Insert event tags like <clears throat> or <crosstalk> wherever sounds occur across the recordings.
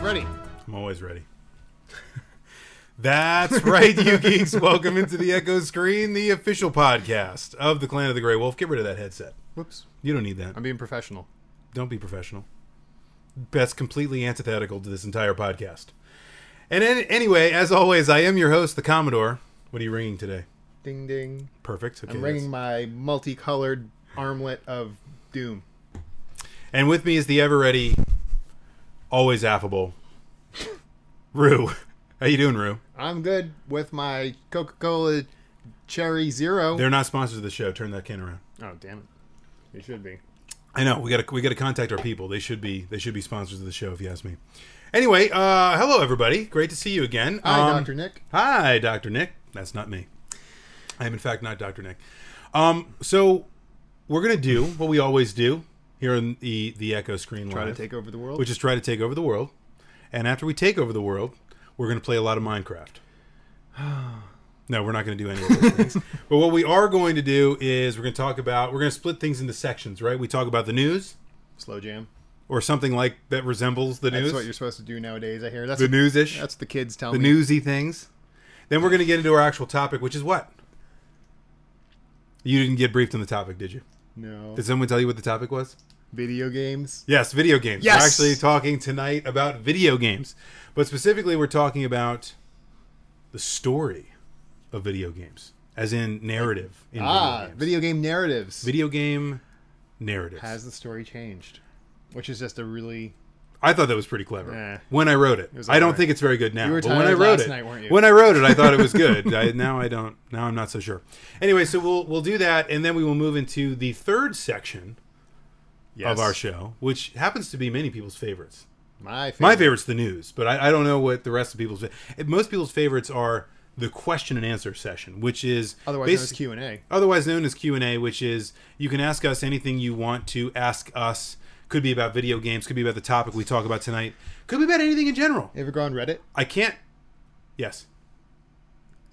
Ready. I'm always ready. <laughs> That's right, you geeks. Welcome into the Echo Screen, the official podcast of the Clan of the Grey Wolf. Get rid of that headset. Whoops. You don't need that. I'm being professional. Don't be professional. That's completely antithetical to this entire podcast. And an- anyway, as always, I am your host, the Commodore. What are you ringing today? Ding ding. Perfect. Okay, I'm ringing that's- my multicolored armlet of doom. And with me is the ever ready, always affable <laughs> Rue. How you doing, Rue? I'm good with my Coca-Cola Cherry 0 They're not sponsors of the show. Turn that can around. oh damn it! You should be. I know we got to we got to contact our people. They should be they should be sponsors of the show if you ask me. Anyway, uh, hello everybody. Great to see you again. Hi, Um, Doctor Nick. Hi, Doctor Nick. That's not me. I am in fact not Doctor Nick. Um, so we're gonna do what we always do here in the the Echo Screen Try to Live, take over the world. which is try to take over the world. And after we take over the world, we're gonna play a lot of Minecraft. <sighs> No, we're not going to do any of <laughs> those things. But what we are going to do is we're going to talk about we're going to split things into sections, right? We talk about the news, slow jam. or something like that resembles the That's news, what you're supposed to do nowadays. I hear. That's the what, news-ish, That's the kids tell the me. newsy things. Then we're going to get into our actual topic, which is what you didn't get briefed on the topic, did you? No. Did someone tell you what the topic was? Video games. Yes, video games. Yes! We're actually talking tonight about video games, but specifically we're talking about the story of video games, as in narrative. In ah, games. video game narratives. video game narratives. Has the story changed? Which is just a really I thought that was pretty clever Eh. when I wrote it. was I don't alright. think it's very good now. You were but when I tired wrote last it, night, weren't you? when I wrote it, I thought <laughs> it was good. I, now I don't. Now I'm not so sure. Anyway, so we'll we'll do that, and then we will move into the third section yes. of our show, which happens to be many people's favorites. My favorite. My favorite's the news, but I, I don't know what the rest of people's. Most people's favorites are the question and answer session, which is Otherwise known as basi- Q and A. otherwise known as q&a which is you can ask us anything you want to ask us could be about video games could be about the topic we talk about tonight could be about anything in general Ever go on Reddit? i can't yes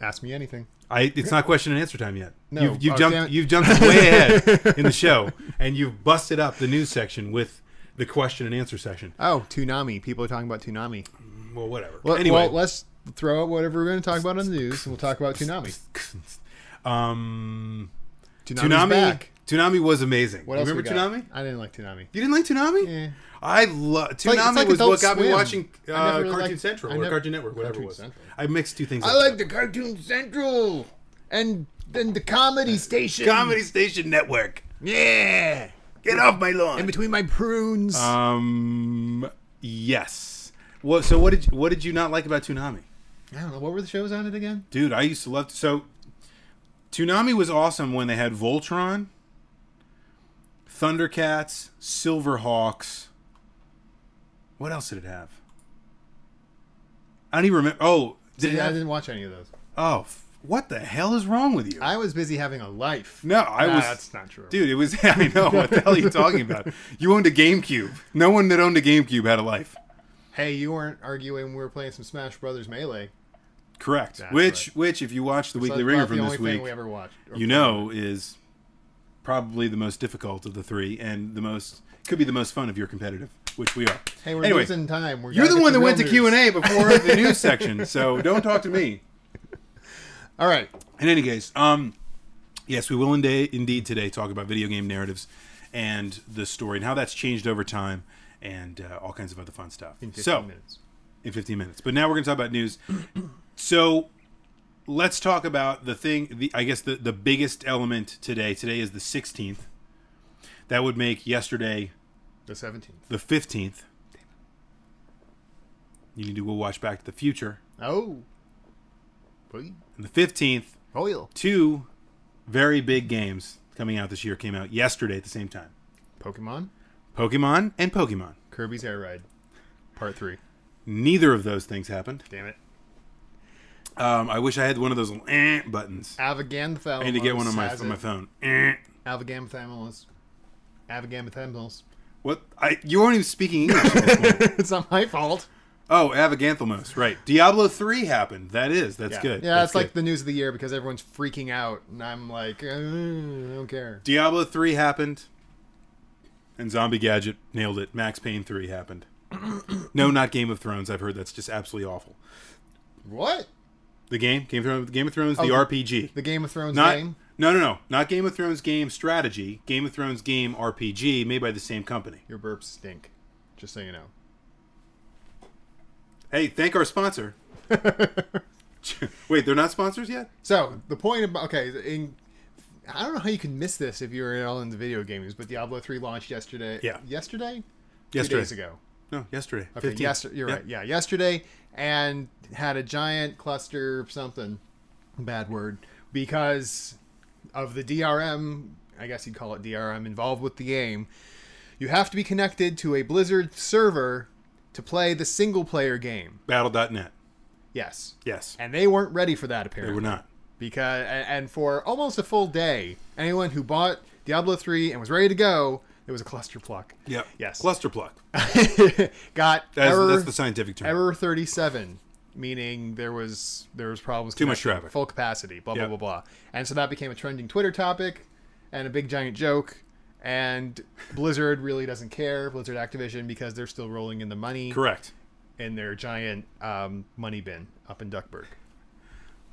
Ask me anything. I, it's not question and answer time yet. No. you've, you've Oh, damn jumped. it. You've jumped way <laughs> ahead in the show, and you've busted up the news section with the question and answer section. Oh, Toonami. People are talking about Toonami. Well, whatever. Well, anyway, well, let's throw out whatever we're going to talk about on the news, and we'll talk about Toonami. <laughs> um, Toonami's Toonami. back. Toonami was amazing. What else Remember we got? Toonami? I didn't like Toonami. You didn't like Toonami? Eh. I love Toonami like- it's like was what Adult got me Swim. watching I uh, never really Cartoon liked- Central I or never- Cartoon Network, whatever Cartoon it was. Central. I mixed two things. I up. like the Cartoon Central and then the Comedy Station. Comedy Station Network. Yeah. Get off my lawn. In between my prunes. Uh, um. Yes. Well, so what did you, what did you not like about Toonami, I don't know. What were the shows on it again? dude? I used to love so. Toonami was awesome when they had Voltron, Thundercats, Silverhawks. What else did it have? I don't even remember. Oh, did it Yeah, I have didn't watch any of those. Oh, f- what the hell is wrong with you? I was busy having a life. no, I Nah, was. that's not true. Dude, it was. <laughs> I know. What the hell are you talking about? You owned a GameCube. No one that owned a GameCube had a life. Hey, you weren't arguing. We were playing some Smash Brothers Melee. Correct. That's which, which, if you watch the So Weekly that's Ringer about from the this only week, thing we ever watched. or you know is probably the most difficult of the three, and the most could be the most fun if you're competitive, which we are. Hey, we're anyway, losing time. We're you're gotta the get one that went to real Q news. and A before <laughs> the news section, so don't talk to me. All right. In any case, um, yes, we will indeed, indeed today talk about video game narratives and the story and how that's changed over time and uh, all kinds of other fun stuff. In 15 so, minutes. in 15 minutes. But now we're going to talk about news. <clears throat> so, let's talk about the thing, the, I guess the, the biggest element today. Today is the 16th. That would make yesterday The 17th. the 15th. You need to go watch Back to the Future. Oh. Please. And the 15th Oil. two very big games coming out this year came out yesterday at the same time Pokemon. Pokemon and Pokemon. Kirby's Air Ride. Part 3. Neither of those things happened. Damn it. Um, I wish I had one of those little eh buttons. Avaganthalamus. I need to get one on my, on my phone. Eh. Avaganthalamus. Avaganthalamus. What? I, you weren't even speaking English. at <laughs> this point. it's not my fault. oh, Avaganthamos. Right. Diablo 3 happened. That is. That's Yeah. good. Yeah, That's it's like good. the news of the year because everyone's freaking out, and I'm like, uh, I don't care. Diablo <coughs> 3 happened. And Zombie Gadget nailed it. Max Payne 3 happened. No, not Game of Thrones. I've heard that's just absolutely awful. What? The game, Game of Thrones, Game of Thrones, the Oh, RPG. The Game of Thrones Not game? no, no, no, not Game of Thrones game strategy. Game of Thrones game RPG made by the same company. Your burps stink. Just so you know. Hey, thank our sponsor. <laughs> <laughs> Wait, they're not sponsors yet. So the point about okay, in, I don't know how you can miss this if you're at all into video games, but Diablo three launched yesterday. Yeah. yesterday, two Yesterday. days ago. No, yesterday. Okay, 15th. yes, you're Yeah. right. Yeah, yesterday, and had a giant cluster of something, bad word, because of the DRM. I guess you'd call it DRM involved with the game. You have to be connected to a Blizzard server to play the single player game. Battle.net. Yes, Yes, and they weren't ready for that they apparently were not. because and, and for almost a full day, anyone who bought Diablo 3 and was ready to go, it was a cluster pluck. Yeah. Yes. Cluster pluck. <laughs> Got That's, error that's the scientific term. error 37, meaning there was there was problems Too much connecting, traffic. full capacity, blah Yep. blah blah blah, and so that became a trending Twitter topic and a big giant joke. And Blizzard really doesn't care, Blizzard Activision, because they're still rolling in the money Correct. in their giant um, money bin up in Duckburg.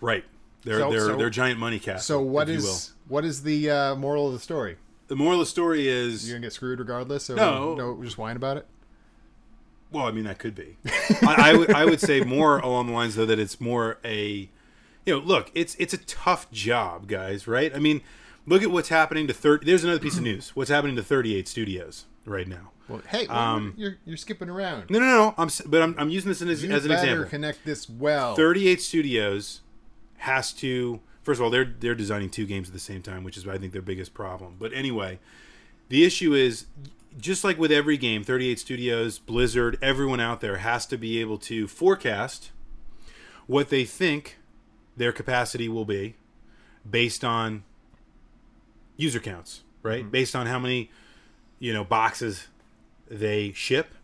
Right. They're So- they're so- they're giant money cats. So what if is you will. what is the uh, moral of the story? the moral of the story is You're gonna get screwed regardless. So No. no, just whine about it. Well, I mean that could be. I, I would I would say more <laughs> along the lines though that it's more a, you know, look, it's it's a tough job, guys. Right? I mean, look at what's happening to thirty. There's another piece of news. What's happening to thirty eight studios right now? Well, hey, Um, you're you're skipping around. No, no, no. I'm s- but I'm, I'm using this in, as, you as an better example. connect this well. 38 Studios has to first of all they're they're designing two games at the same time, which is I think their biggest problem. But anyway, the issue is just like with every game, 38 Studios, Blizzard, everyone out there has to be able to forecast what they think their capacity will be based on user counts, right? Based on how many you know boxes they ship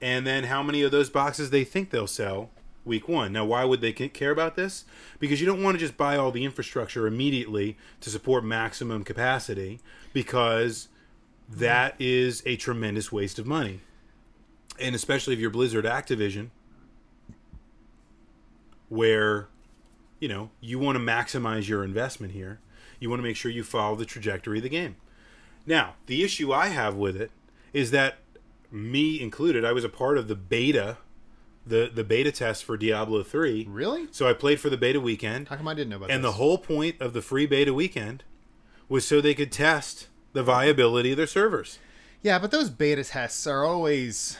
and then how many of those boxes they think they'll sell week one. Now, why would they ca- care about this? Because you don't want to just buy all the infrastructure immediately to support maximum capacity, because that is a tremendous waste of money. And especially if you're Blizzard Activision, where you know you want to maximize your investment here, you want to make sure you follow the trajectory of the game. Now, the issue I have with it is that me included, I was a part of the beta, the the beta test for Diablo 3. Really? So I played for the beta weekend, How come I didn't know about and the this? whole point of the free beta weekend was so they could test the viability of their servers. yeah, but those beta tests are always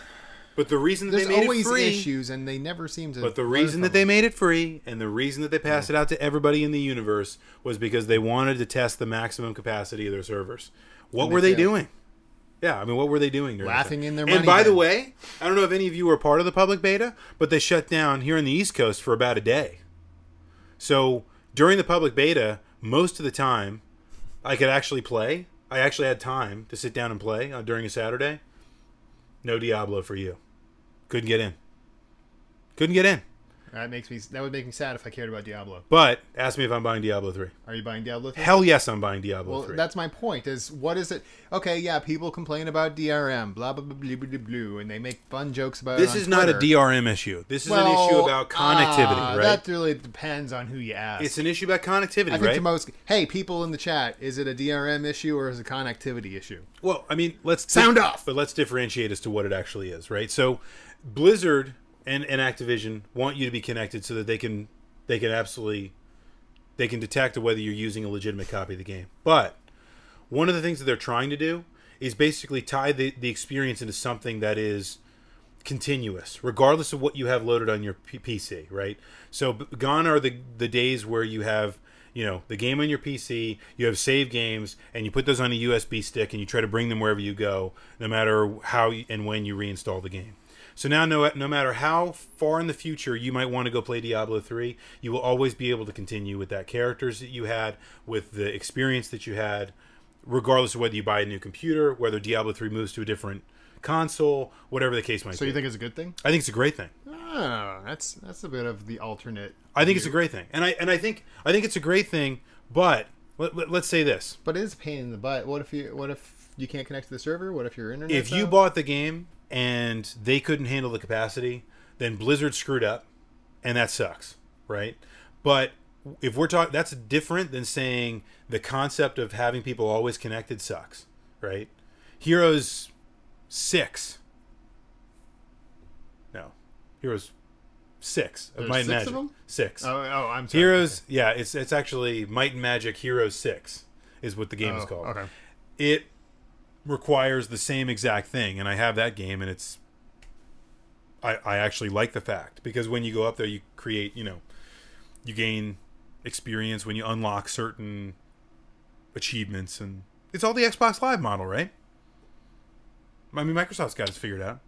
But the reason that there's they made always it free, issues, and they never seem to. but the reason that they made it free and the reason that they passed it out to everybody in the universe was because they wanted to test the maximum capacity of their servers. What were they failed. doing? Yeah, I mean, what were they doing? during that Laughing time? in their And money by the then. way, I don't know if any of you were part of the public beta, but they shut down here in the East Coast for about a day. So during the public beta, most of the time, I could actually play. I actually had time to sit down and play uh, during a Saturday. No Diablo for you. Couldn't get in. Couldn't get in. that makes me that would make me sad if I cared about Diablo. But ask me if I'm buying Diablo 3. Are you buying Diablo? 3? Hell yes, I'm buying Diablo Well, 3. that's my point. Is what is it? Okay, yeah, people complain about DRM, blah blah blah blah blah, blah, blah and they make fun jokes about. this it on is not a Twitter. DRM issue. This is Well, an issue about connectivity, ah, right? That really depends on who you ask. It's an issue about connectivity, I think right? the most. Hey, people in the chat, is it a DRM issue or is it a connectivity issue? Well, I mean, let's Sound off! but let's differentiate as to what it actually is, right? So, Blizzard and, and Activision want you to be connected so that they can they can absolutely they can detect whether you're using a legitimate copy of the game. But one of the things that they're trying to do is basically tie the, the experience into something that is continuous, regardless of what you have loaded on your P- PC, right? So b- gone are the the days where you have you know the game on your PC, you have save games, and you put those on a USB stick and you try to bring them wherever you go, no matter how you- and when you reinstall the game. So now, no, no matter how far in the future you might want to go play Diablo 3, you will always be able to continue with that characters that you had, with the experience that you had, regardless of whether you buy a new computer, whether Diablo 3 moves to a different console, whatever the case might So be. you think it's a good thing? I think it's a great thing. Oh, that's that's a bit of the alternate. I think it's a great thing, and I and I think I think it's a great thing. But let, let, us say this: But it is a pain in the butt. What if you what if you can't connect to the server? What if your internet? if you bought the game and they couldn't handle the capacity, then Blizzard screwed up, and that sucks, right? But if we're talking, that's different than saying the concept of having people always connected sucks, right? Heroes six. No, Heroes six of There's Might and six of Magic. them? Six. Oh, oh, I'm sorry. Heroes, yeah, it's it's actually Might and Magic Heroes Six is what the game is Oh, called. okay. It requires the same exact thing, and I have that game, and it's I I actually like the fact because when you go up there, you create you know you gain experience when you unlock certain achievements, and it's all the Xbox Live model, right? I mean, Microsoft's got it figured out.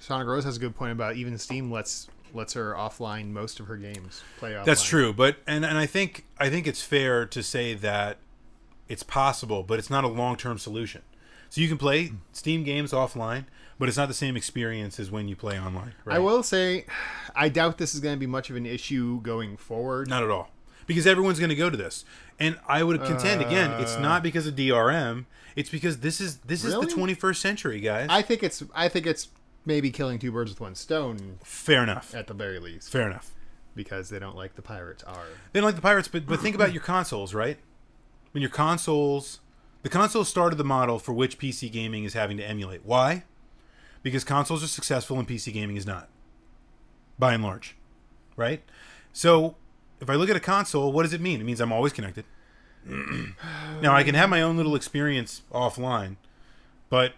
Sonic Rose has a good point about even Steam lets lets her offline most of her games play offline. That's true, but and and I think I think it's fair to say that it's possible, but it's not a long term solution. So you can play Hmm. Steam games offline, but it's not the same experience as when you play online. Right? I will say, I doubt this is going to be much of an issue going forward. not at all because everyone's going to go to this, and I would contend again, it's not because of DRM. It's because this is this is Uh. Really? the 21st century, guys. I think it's I think it's maybe killing two birds with one stone fair enough. at the very least Fair enough. because they don't like the pirates are. They don't like the pirates, but but think about your consoles, right? When your consoles, the consoles started the model for which PC gaming is having to emulate. Why? Because consoles are successful and PC gaming is not, by and large, right? So if I look at a console, what does it mean? It means I'm always connected. <clears throat> now I can have my own little experience offline, but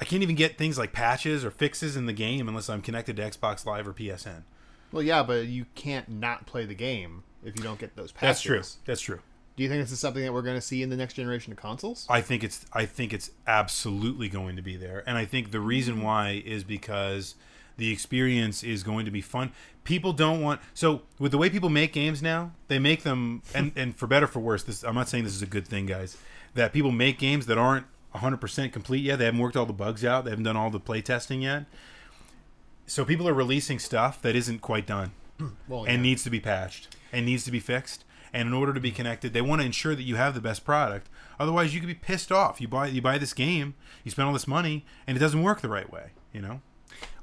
I can't even get things like patches or fixes in the game unless I'm connected to Xbox Live or PSN. Well, yeah, but you can't not play the game if you don't get those patches. That's true. That's true. Do you think this is something that we're going to see in the next generation of consoles? I think it's I think it's absolutely going to be there, and I think the reason why is because the experience is going to be fun. People don't want so with the way people make games now, they make them and and for better for worse. This I'm not saying this is a good thing, guys. That people make games that aren't 100% complete yet. They haven't worked all the bugs out. They haven't done all the play testing yet. So people are releasing stuff that isn't quite done Well, and yeah. Mm-hmm. needs to be patched and needs to be fixed. And in order to be connected, they want to ensure that you have the best product. Otherwise, you could be pissed off. You buy you buy this game, you spend all this money, and it doesn't work the right way. You know,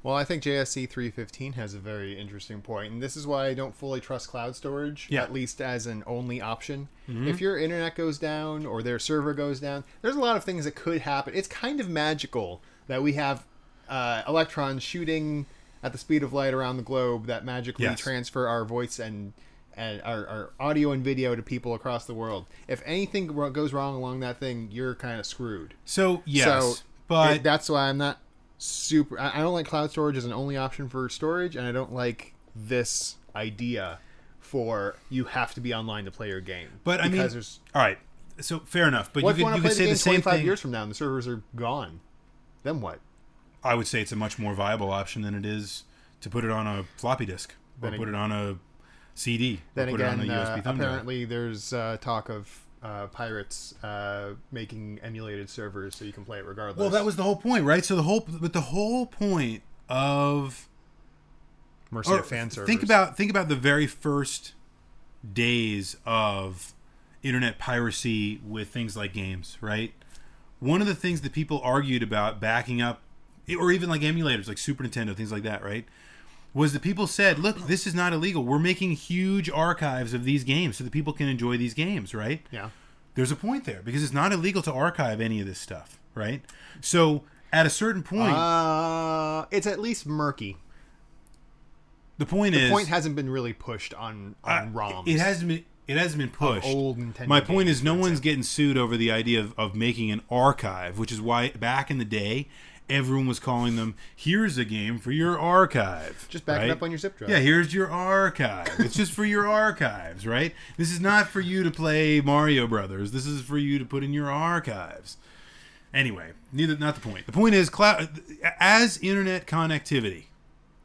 well, I think JSC 315 has a very interesting point, and this is why I don't fully trust cloud storage, Yeah. Mm-hmm. at least as an only option. If your internet goes down or their server goes down, there's a lot of things that could happen. It's kind of magical that we have uh, electrons shooting at the speed of light around the globe that magically Yes. transfer our voice and and our, our audio and video to people across the world. If anything goes wrong along that thing, you're kind of screwed. so yes, so but it- that's why I'm not super. I, I don't like cloud storage as an only option for storage, and I don't like this idea for you have to be online to play your game. but I mean, because there's all right, so fair enough. But you what if could you want you to play the could say game the same 25 thing. years from now and the servers are gone? Then what? I would say it's a much more viable option than it is to put it on a floppy disk or Then ag- put it on a CD Then or put again, it on a USB uh, thumb drive. apparently there's uh, talk of uh, pirates uh, making emulated servers so you can play it regardless. Well, that was the whole point, right? So the whole but the whole point of mercy Or of fan servers. Think about think about the very first days of internet piracy with things like games, right? One of the things that people argued about backing up or even like emulators like Super Nintendo, things like that, right? Was that people said, look, this is not illegal. We're making huge archives of these games so that people can enjoy these games, right? yeah. There's a point there because it's not illegal to archive any of this stuff, right? So at a certain point, Uh, it's at least murky. the point is Uh, point hasn't been really pushed on on ROMs. It hasn't been. It hasn't been pushed. old Nintendo My point games, is, no one's getting sued over the idea of, of making an archive, which is why back in the day, everyone was calling them, "Here's a game for your archive." Just back right? it up on your zip drive. Yeah, here's your archive. It's just for your archives, right? This is not for you to play Mario Brothers. This is for you to put in your archives. Anyway, neither not the point. The point is cloud as internet connectivity,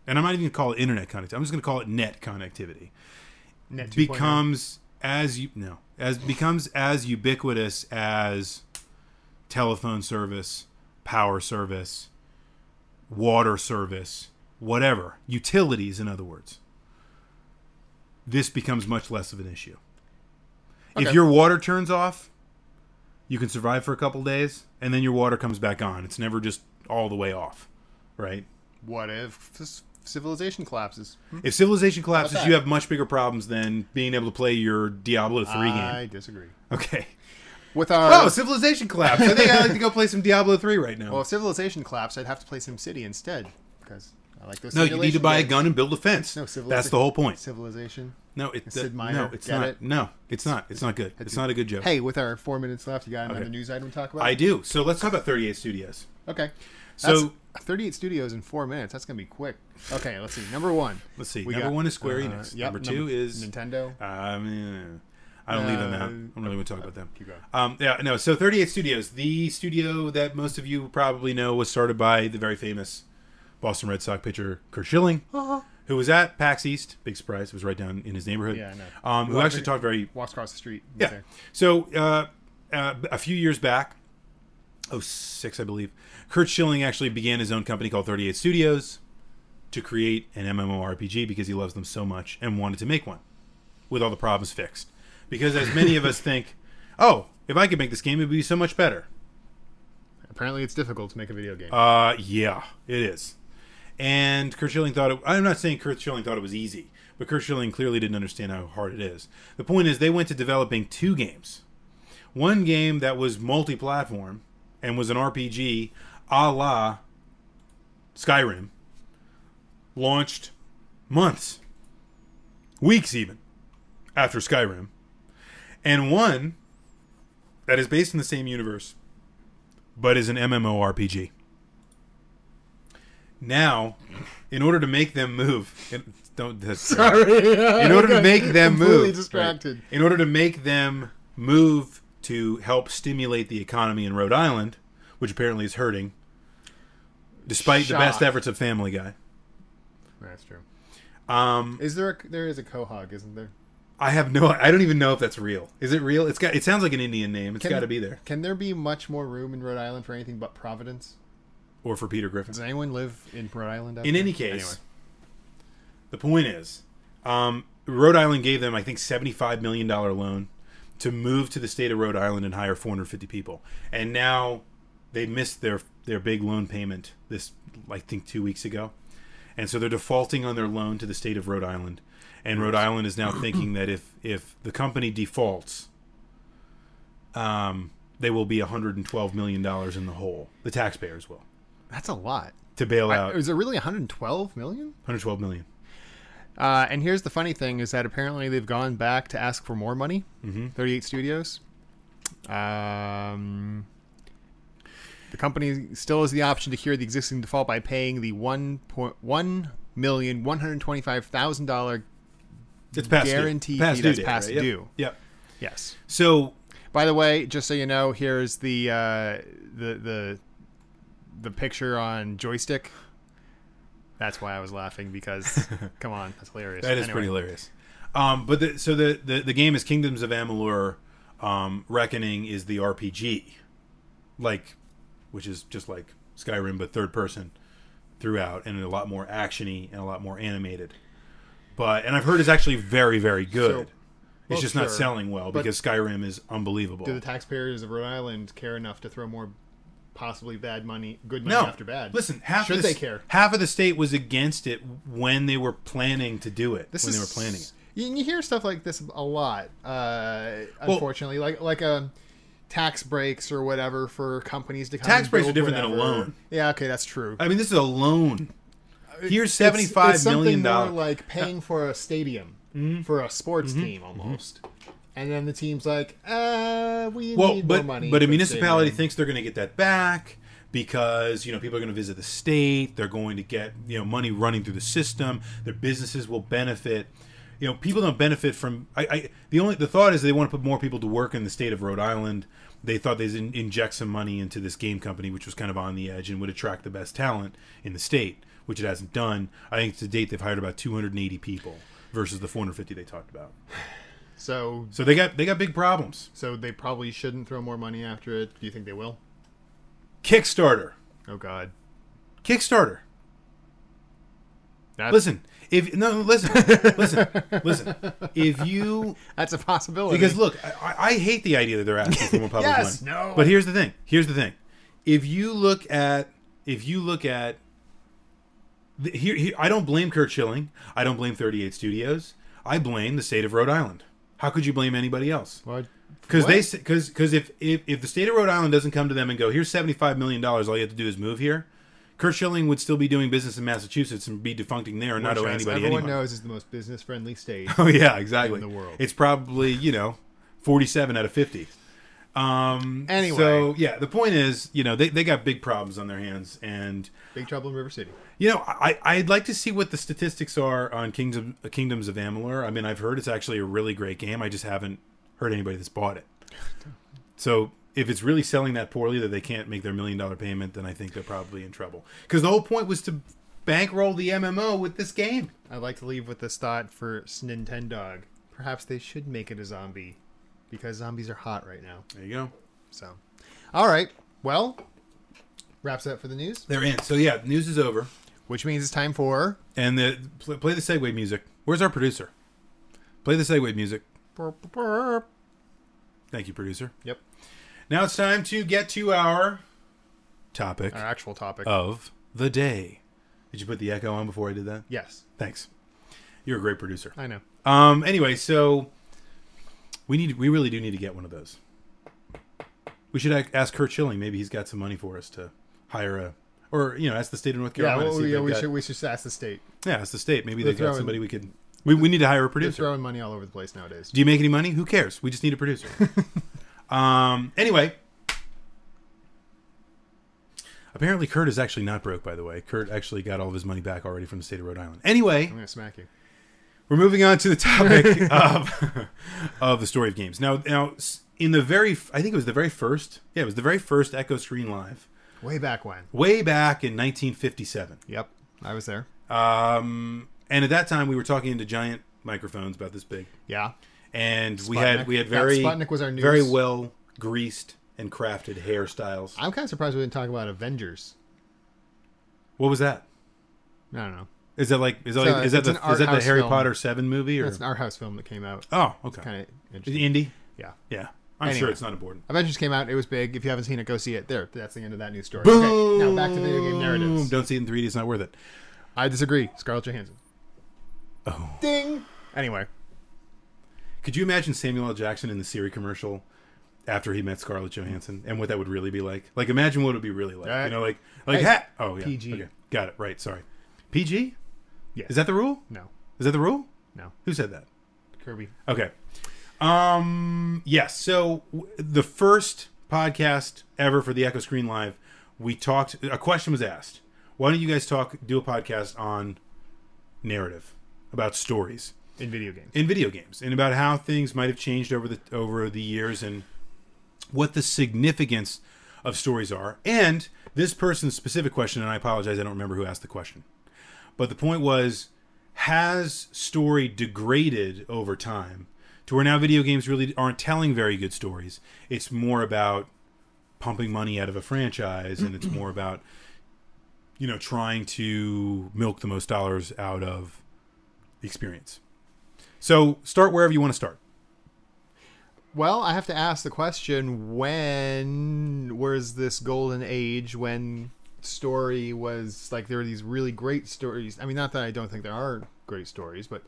and I'm not even going to call it internet connectivity. I'm just going to call it net connectivity Net oh. 2.0. becomes as you no as becomes as ubiquitous as telephone service, power service, water service, whatever utilities. In other words, this becomes much less of an issue. Okay. If your water turns off, you can survive for a couple days, and then your water comes back on. It's never just all the way off, right? What if c- civilization collapses? If civilization collapses, Hmm. that? you have much bigger problems than being able to play your Diablo 3 I game. disagree. Okay. With uh, our Oh, civilization collapse. I think I'd like to go play some Diablo 3 right now. well, if civilization collapsed, I'd have to play SimCity instead because I like those. no, you need to simulation buy a games. gun and build a fence. No, civilization. That's the whole point. Civilization. No, it, Sid uh, Meier, no, it's get not. it? No, it's not. It's not good. It's not a good joke. Hey, with our four minutes left, you got another Okay. news item to talk about? I do. So let's talk about 38 Studios. Okay. So- That's 38 studios in four minutes. That's going to be quick. Okay, let's see. Number one. Let's see. We number got, one is Square uh, Enix. yep, number two is Nintendo. Um, I don't leave them out. I'm not even going to talk about them. Uh, keep going. Um, yeah, no. So 38 Studios, the studio that most of you probably know, was started by the very famous Boston Red Sox pitcher Kurt Schilling, Uh-huh. who was at PAX East. Big surprise, it was right down in his neighborhood. Yeah, I know. Um, who Well, I actually figured- talked very Walks across the street. yeah. Okay. So uh, uh, a few years back, oh six, I believe, Kurt Schilling actually began his own company called 38 Studios to create an MMORPG because he loves them so much and wanted to make one with all the problems fixed. Because as many of us think, oh, if I could make this game, it would be so much better. Apparently, it's difficult to make a video game. Uh, yeah, it is. And Kurt Schilling thought it, I'm not saying Kurt Schilling thought it was easy, but Kurt Schilling clearly didn't understand how hard it is. The point is, they went to developing two games. One game that was multi platform and was an RPG a la Skyrim, launched months, weeks even after Skyrim, and one that is based in the same universe but is an MMORPG. Now, in order to make them move, <laughs> and don't this, in <laughs> in order to <laughs> make them completely move, distracted. right, in order to make them move to help stimulate the economy in Rhode Island, which apparently is hurting, despite the best Shock. efforts of Family Guy. That's true. Um, Is there a there is a Quahog, isn't there? I have no, I don't even know if that's real. Is it real? It's got, it sounds like an Indian name. It's Can- got to be there, Can there be much more room in Rhode Island for anything but Providence? or for Peter Griffin. Does anyone live in Rhode Island? out In there? any case, Anyway. the point is, um, Rhode Island gave them, I think, seventy-five million dollar loan to move to the state of Rhode Island and hire four hundred fifty people, and now they missed their their big loan payment this, I think, two weeks ago, and so they're defaulting on their loan to the state of Rhode Island, and Rhode Island is now thinking that if if the company defaults, um, they will be one hundred and twelve million dollars in the hole. The taxpayers will that's a lot. to bail I- out one Is it really 112 million? hundred twelve million. Uh, and here's the funny thing is that apparently they've gone back to ask for more money. Mm-hmm. 38 Studios. Um, the company still has the option to cure the existing default by paying the one point one million one hundred twenty-five thousand dollar. It's past Guaranteed due. Past that's due date, past right? Yep. due. Yep. Yes. So By the way, just so you know, here's the uh, the the the picture on joystick. That's why I was laughing <laughs> because, come on, that's hilarious. that is Anyway. pretty hilarious. Um, but the, so the, the the game is Kingdoms of Amalur. Um, Reckoning is the RPG, like, which is just like Skyrim but third person throughout, and a lot more actiony and a lot more animated. But and I've heard it's actually very very good. So- it's well, just sure, not selling well but- because Skyrim is unbelievable. do the taxpayers of Rhode Island care enough to throw more possibly bad money, good money no, after bad? Listen, half Should of the, they s- care? Half of the state was against it when they were planning to do it. when they were planning it. You, you hear stuff like this a lot, uh, Well- unfortunately, like like um tax breaks or whatever for companies to come. Tax and breaks are build different than a whatever. loan. Yeah, okay, that's true. I mean, this is a loan. Here's It's- seventy five it's something million more dollars. Mm-hmm. like paying for a stadium for a sports team almost. And then the team's like, uh, we well, need but more money. but for a the municipality stadium. thinks they're going to get that back because you know people are going to visit the state. They're going to get you know money running through the system. Their businesses will benefit. You know, people don't benefit from. I, I the only the thought is they want to put more people to work in the state of Rhode Island. They thought they'd in, inject some money into this game company, which was kind of on the edge and would attract the best talent in the state, which it hasn't done. I think to date they've hired about 280 people versus the 450 they talked about. so. So they got they got big problems. So they probably shouldn't throw more money after it. Do you think they will? Kickstarter. Oh God. Kickstarter. That's, Listen, If no, listen, listen, <laughs> listen. If you That's a possibility. because look, I, I- I hate the idea that they're asking for more <laughs> public Yes, money. no. But here's the thing. Here's the thing. If you look at, if you look at, the, here, here, I don't blame Kurt Schilling. I don't blame 38 Studios. I blame the state of Rhode Island. How could you blame anybody else? What? Because they What? because because if, if if the state of Rhode Island doesn't come to them and go, here's seventy five million dollars, all you have to do is move here. Kurt Schilling would still be doing business in Massachusetts and be defuncting there and not owe Which, as anybody any everyone money. knows is the most business friendly <laughs> state. <laughs> Oh yeah, exactly. in the world. It's probably you know, forty-seven out of fifty. Um, Anyway. so yeah, the point is, you know, they, they got big problems on their hands, and Big Trouble in River City. you know, I I'd like to see what the statistics are on Kingdom Kingdoms of Amalur. I mean, I've heard it's actually a really great game. I just haven't heard anybody that's bought <laughs> it. So if it's really selling that poorly that they can't make their million dollar payment, then I think they're probably in trouble. Because the whole point was to bankroll the MMO with this game. I'd like to leave with this thought for Nintendog. Perhaps they should make it a zombie, because zombies are hot right now. There you go. So, all right. Well, wraps up for the news, They're in. So yeah, news is over. which means it's time for. And the pl- play the segue music. Where's our producer? Play the segue music. Thank you, producer. Yep, Now it's time to get to our topic our actual topic. of the day. Did you put the echo on before I did that? yes, Thanks. You're a great producer. I know. Um. Anyway, so we need we really do need to get one of those. We should ac- ask Kurt Schilling. Maybe he's got some money for us to hire a, or you know, ask the state of North Yeah, Carolina. to well, see if yeah, they've we got- should we should ask the state. Yeah, ask the state. Maybe They're they've got throwing- somebody we could. We, we need to hire a They're producer. throwing money all over the place nowadays. Do you make any money? Who cares? We just need a producer. um, anyway, apparently Kurt is actually not broke. By the way, Kurt actually got all of his money back already from the state of Rhode Island. Anyway, I'm gonna smack you. we're moving on to the topic of of the story of games. Now, now s- in the very, f- I think it was the very first. Yeah, it was the very first Echo Screen Live Way back when. way back in 1957. Yep, I was there. Um, and at that time, we were talking into giant microphones about this big. Yeah, and we Sputnik. had we had That very Sputnik was our news. very well greased and crafted hairstyles. I'm kind of surprised we didn't talk about Avengers. What was that? I don't know. Is that like is that, It's like, a- is that it's the an art is that the house Harry film. Potter Seven movie or That's an art house film that came out. oh okay Kind of Is it interesting. indie? Yeah. Yeah, I'm Anyway. sure it's not important. Avengers came out. It was big. If you haven't seen it, go see it. There, that's the end of that news story. Boom. Okay, now back to video game narratives. Don't see it in 3D. It's not worth it. I disagree. Scarlett Johansson. Oh, Ding. Anyway, could you imagine Samuel L. Jackson in the Siri commercial? After he met Scarlett Johansson, and what that would really be like, like imagine what it would be really like, Right. you know, like like Hey, hat. Oh yeah, PG. Okay. got it right. Sorry, PG. Yes. is that the rule? no, Is that the rule? no, Who said that? Kirby. Okay. Um. Yes. So w- the first podcast ever for the Echo Screen Live, we talked. A question was asked. Why don't you guys talk? Do a podcast on narrative about stories in video games. in video games and about how things might have changed over the over the years and what the significance of stories are. And this person's specific question, and I apologize, I don't remember who asked the question, but the point was: Has story degraded over time to where now video games really aren't telling very good stories? It's more about pumping money out of a franchise, and it's more about you know trying to milk the most dollars out of the experience. So start wherever you want to start. Well, I have to ask the question: When was this golden age when story was like there were these really great stories? I mean, not that I don't think there are great stories, but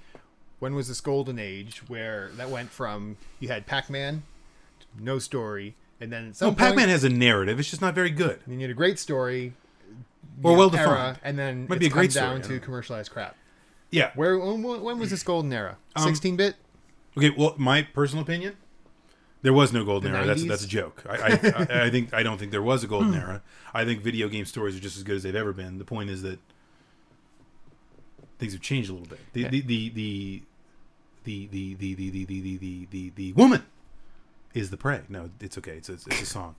when was this golden age where that went from you had Pac-Man, no story, and then at some Oh, point- Pac-Man has a narrative. It's just not very good. and you need a great story Or you know, well-defined. era, and then Might it's be a come great story, I down don't to know. commercialized crap. Yeah. Where when, when was this golden era? Um, Sixteen bit. Okay. Well, my personal opinion, there was no golden The era. That's 90s? that's a joke. <laughs> I, I, I, I think I don't think there was a Hmm. golden era. I think video game stories are just as good as they've ever been. The point is that things have changed a little bit. The Yeah. the the the the the the the the the the the, the, the woman is the prey. No, it's okay. It's a, it's a song.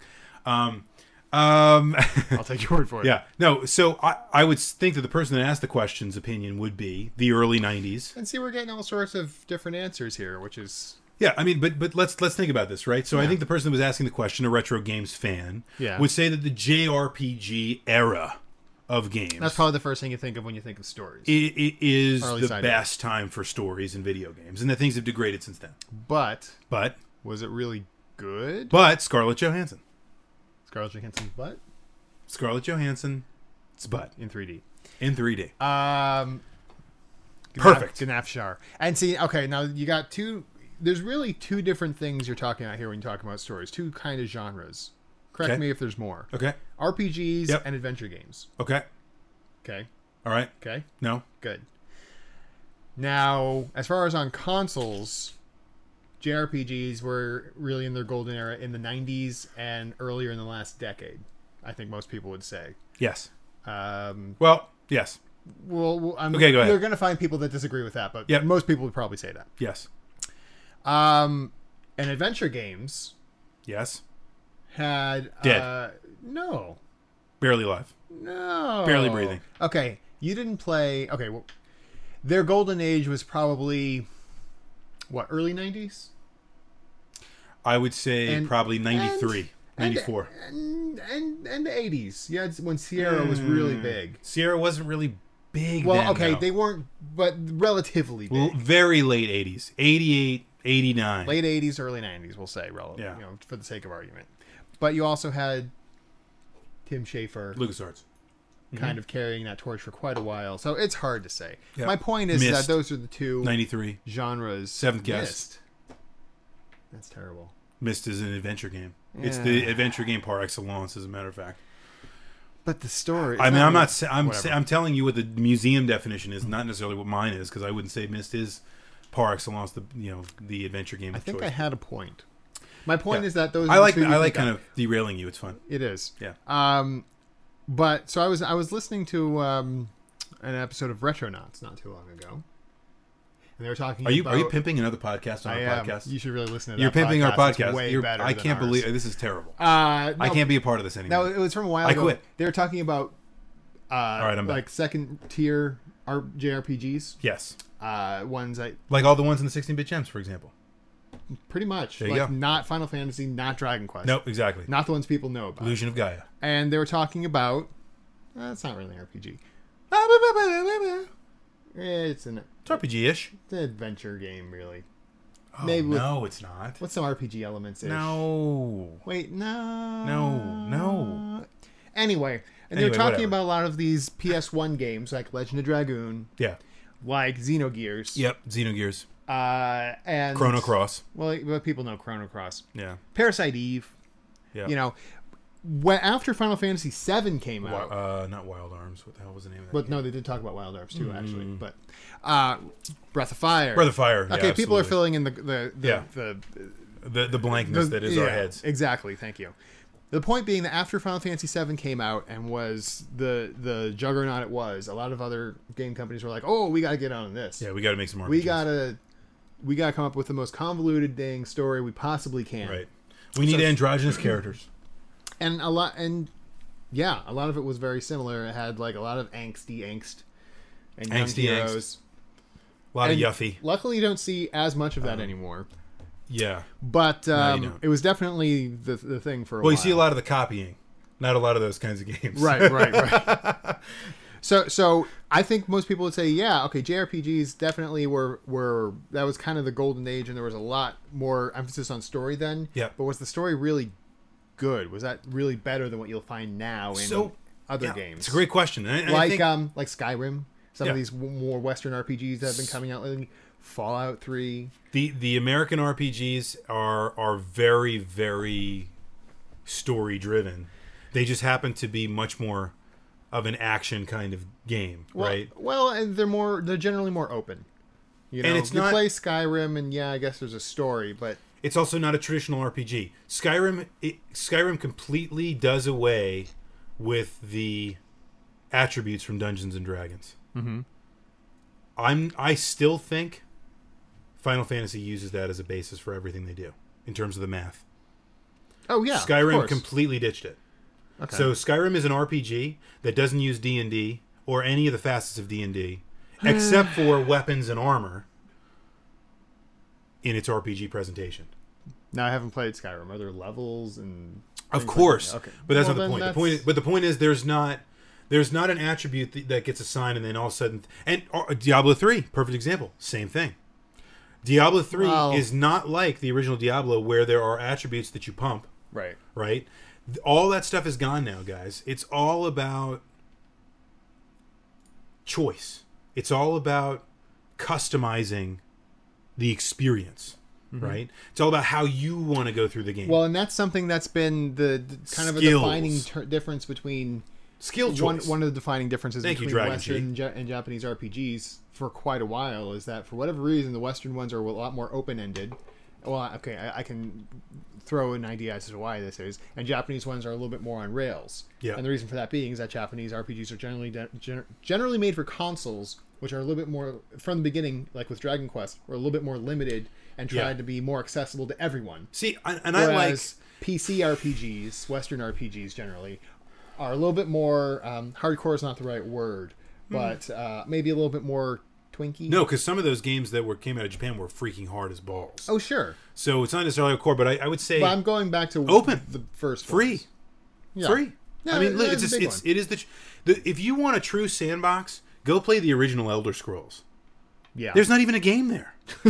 Um, um, <laughs> I'll take your word for it. yeah. No. So I I would think that the person that asked the question's opinion would be the early '90s. And see, we're getting all sorts of different answers here, which is Yeah, I mean, but but let's let's think about this, right? So I think the person who was asking the question, a retro games fan, Yeah. would say that the JRPG era of games. That's probably the first thing you think of when you think of stories. it, it is Or at the least I do. best time for stories in video games, and that things have degraded since then. but But was it really good? but Scarlett Johansson, Scarlett Johansson's butt Scarlett Johansson, it's butt in 3D. in 3D. Um, Gnaff- Perfect. Gnafshar. And see, okay, now you got two. There's really two different things you're talking about here when you talk about stories. Two kind of genres. Correct Okay. me if there's more. Okay, RPGs Yep. and adventure games. okay, Okay. all right. Okay. No, Good. Now, as far as on consoles, JRPGs were really in their golden era in the 90s and earlier in the last decade. I think most people would say. yes. Um, Well, yes, well, well, I'm, Okay, go ahead. You're going to find people that disagree with that, but Yep. most people would probably say that. yes, Um, and adventure games yes. had Dead. Uh, no, Barely alive. no, Barely breathing. Okay, you didn't play. Okay, well, their golden age was probably what early nineties. I would say And- probably 93, and- 94. and and and the eighties. Yeah, it's when Sierra was really big. Sierra wasn't really big. Well, Hmm. then, okay, though. they weren't, but relatively big. L- very late 80s, 88, 89. late eighties, early nineties. We'll say relevant. Yeah. You know, for the sake of argument. But you also had Tim Schafer. LucasArts. mm-hmm. kind of carrying that torch for quite a while. So it's hard to say. Yeah. My point is that Missed. those are the two 93. genres. Seventh guest. missed. That's terrible. Myst is an adventure game. It's the Yeah. adventure game par excellence, as a matter of fact. But the story. I it's mean, I'm really- not. sa- I'm. sa- whatever. I'm telling you what the museum definition is, not necessarily what mine is, because I wouldn't say Myst is par excellence the you know the adventure game. I of think choice. I had a point. My point Yeah. is that those. I are the like. two you I like think kind of derailing you. It's fun. It is. Yeah. Um, but so I was I was listening to um, an episode of Retronauts not too long ago, and they were talking. Are you About, Are you pimping another podcast on I our am. podcast? You should really listen to. You're that pimping our podcast. It's podcast. way You're- better. I than can't ours. believe this is terrible. Uh, no, I can't be a part of this anymore. No, it was from a while I ago. quit. They were talking about uh, I'm back. like second tier R- JRPGs, yes, uh, ones that like all the ones in the 16-bit gems, for example. pretty much you like go. not Final Fantasy, not Dragon Quest, No, exactly. not the ones people know about. Illusion of Gaia. And they were talking about uh, it's not really an RPG. It's It's an, RPG-ish. it's an adventure game, really. Oh, Maybe with- no, it's not. What's some RPG elements? No. Wait, no. No, no. Anyway, and they're Anyway, talking whatever. about a lot of these PS1 games like Legend of Dragoon, Yeah. like Xenogears. Yep. Xenogears. Uh, and Chrono Cross. Well, but people know Chrono Cross, Yeah. Parasite Eve. Yeah. You know, when after Final Fantasy VII came Wi- out, uh, not Wild Arms. What the hell was the name of that? but game? no, they did talk about Wild Arms too, actually. But uh, Breath of Fire. Mm. Breath of Fire. Okay, people are filling in the the the, Yeah. the, the the blankness the- that is our yeah, heads. Exactly. Thank you. The point being that after Final Fantasy VII came out and was the the juggernaut it was, a lot of other game companies were like, "Oh, we got to get on this. Yeah, we got to make some more. we gotta we gotta come up with the most convoluted dang story we possibly can." right. We need <clears throat> androgynous characters. and a lot and yeah a lot of it was very similar it had like a lot of angsty angst and young Angsty angst. heroes A lot And of yuffie. luckily you don't see as much of that anymore Yeah. but um, Um, don't. it was definitely the, the thing for a Well, while you see a lot of the copying, not a lot of those kinds of games. right right right <laughs> so so i think most people would say yeah okay jrpgs definitely were were that was kind of the golden age and there was a lot more emphasis on story then Yeah. but was the story really good was that really better than what you'll find now in So, other Yeah, games It's a great question. And, and I like think- um like Skyrim, some Yeah. of these w- more Western RPGs that have been coming out lately, Fallout Three. the the American RPGs are are very very story driven. They just happen to be much more of an action kind of game, Well, right? Well, and they're more they're generally more open. You know, And it's you not- play Skyrim, and yeah, I guess there's a story, but It's also not a traditional RPG. Skyrim it, Skyrim completely does away with the attributes from Dungeons and Dragons. Mm-hmm. I'm I still think Final Fantasy uses that as a basis for everything they do in terms of the math. oh yeah, of Skyrim course. completely ditched it. Okay. So Skyrim is an RPG that doesn't use D and D or any of the facets of D <sighs> and D, except for weapons and armor in its RPG presentation. now I haven't played Skyrim. Are there levels and Of things like course, that? Okay. but that's Well, not the then point. The that's- point, but the point is, there's not There's not an attribute th- that gets assigned and then all of a sudden. And uh, Diablo 3, perfect example. Same thing. Diablo 3 Wow. is not like the original Diablo where there are attributes that you pump, Right. right? Th- All that stuff is gone now, guys. It's all about choice, it's all about customizing the experience, right? It's all about how you want to go through the game. Mm-hmm. Well, and that's something that's been the the- kind of a Skills. defining ter- difference between Skill choice. one one of the defining differences Thank you, between Dragon Western ja- and Japanese RPGs for quite a while is that for whatever reason the Western ones are a lot more open ended. Well, okay, I, I can throw an idea as to why this is, and Japanese ones are a little bit more on rails. Yeah. And the reason for that being is that Japanese RPGs are generally de- gen- generally made for consoles, which are a little bit more from the beginning, like with Dragon Quest, were a little bit more limited and Yeah. tried to be more accessible to everyone. See, and, and I like Whereas PC RPGs, Western RPGs generally, are a little bit more um, hardcore is not the right word, but uh, maybe a little bit more twinky. no, because some of those games that were came out of Japan were freaking hard as balls. Oh sure, So it's not necessarily a core, but I, I would say but I'm going back to Open. the first free, ones. Yeah. free. Yeah, I mean, look, it's that's a just, big it's one. it is the, tr- the if you want a true sandbox, go play the original Elder Scrolls. Yeah, There's not even a game there, <laughs>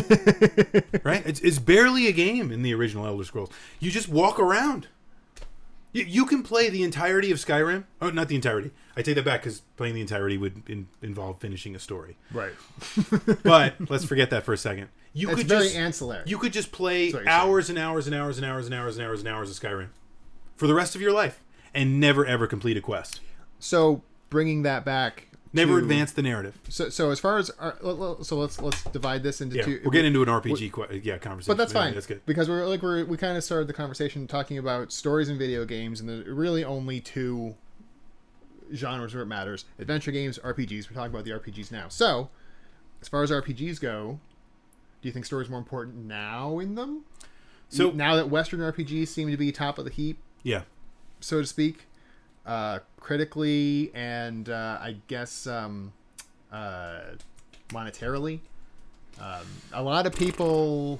right? It's, it's barely a game in the original Elder Scrolls. You just walk around. You, you can play the entirety of Skyrim. Oh, not the entirety. I take that back because playing the entirety would in, involve finishing a story. right. <laughs> But let's forget that for a second. You It's could very just, ancillary. You could just play what you're hours and hours and hours and hours and hours and hours and hours of Skyrim for the rest of your life and never ever complete a quest. so bringing that back. to- Never advance the narrative. So, so as far as our, let- let- so let's let's divide this into Yeah, two. we're getting into an RPG que- yeah But conversation. that's Yeah, fine. That's good. Because we're like we're, we kind of started the conversation talking about stories and video games, and there's really only two genres where it matters: adventure games, RPGs. We're talking about the RPGs now. So, as far as RPGs go, do you think stories more important now in them? So- now that Western RPGs seem to be top of the heap, Yeah. so to speak, uh, critically and uh, I guess um, uh, monetarily. Um, a lot of people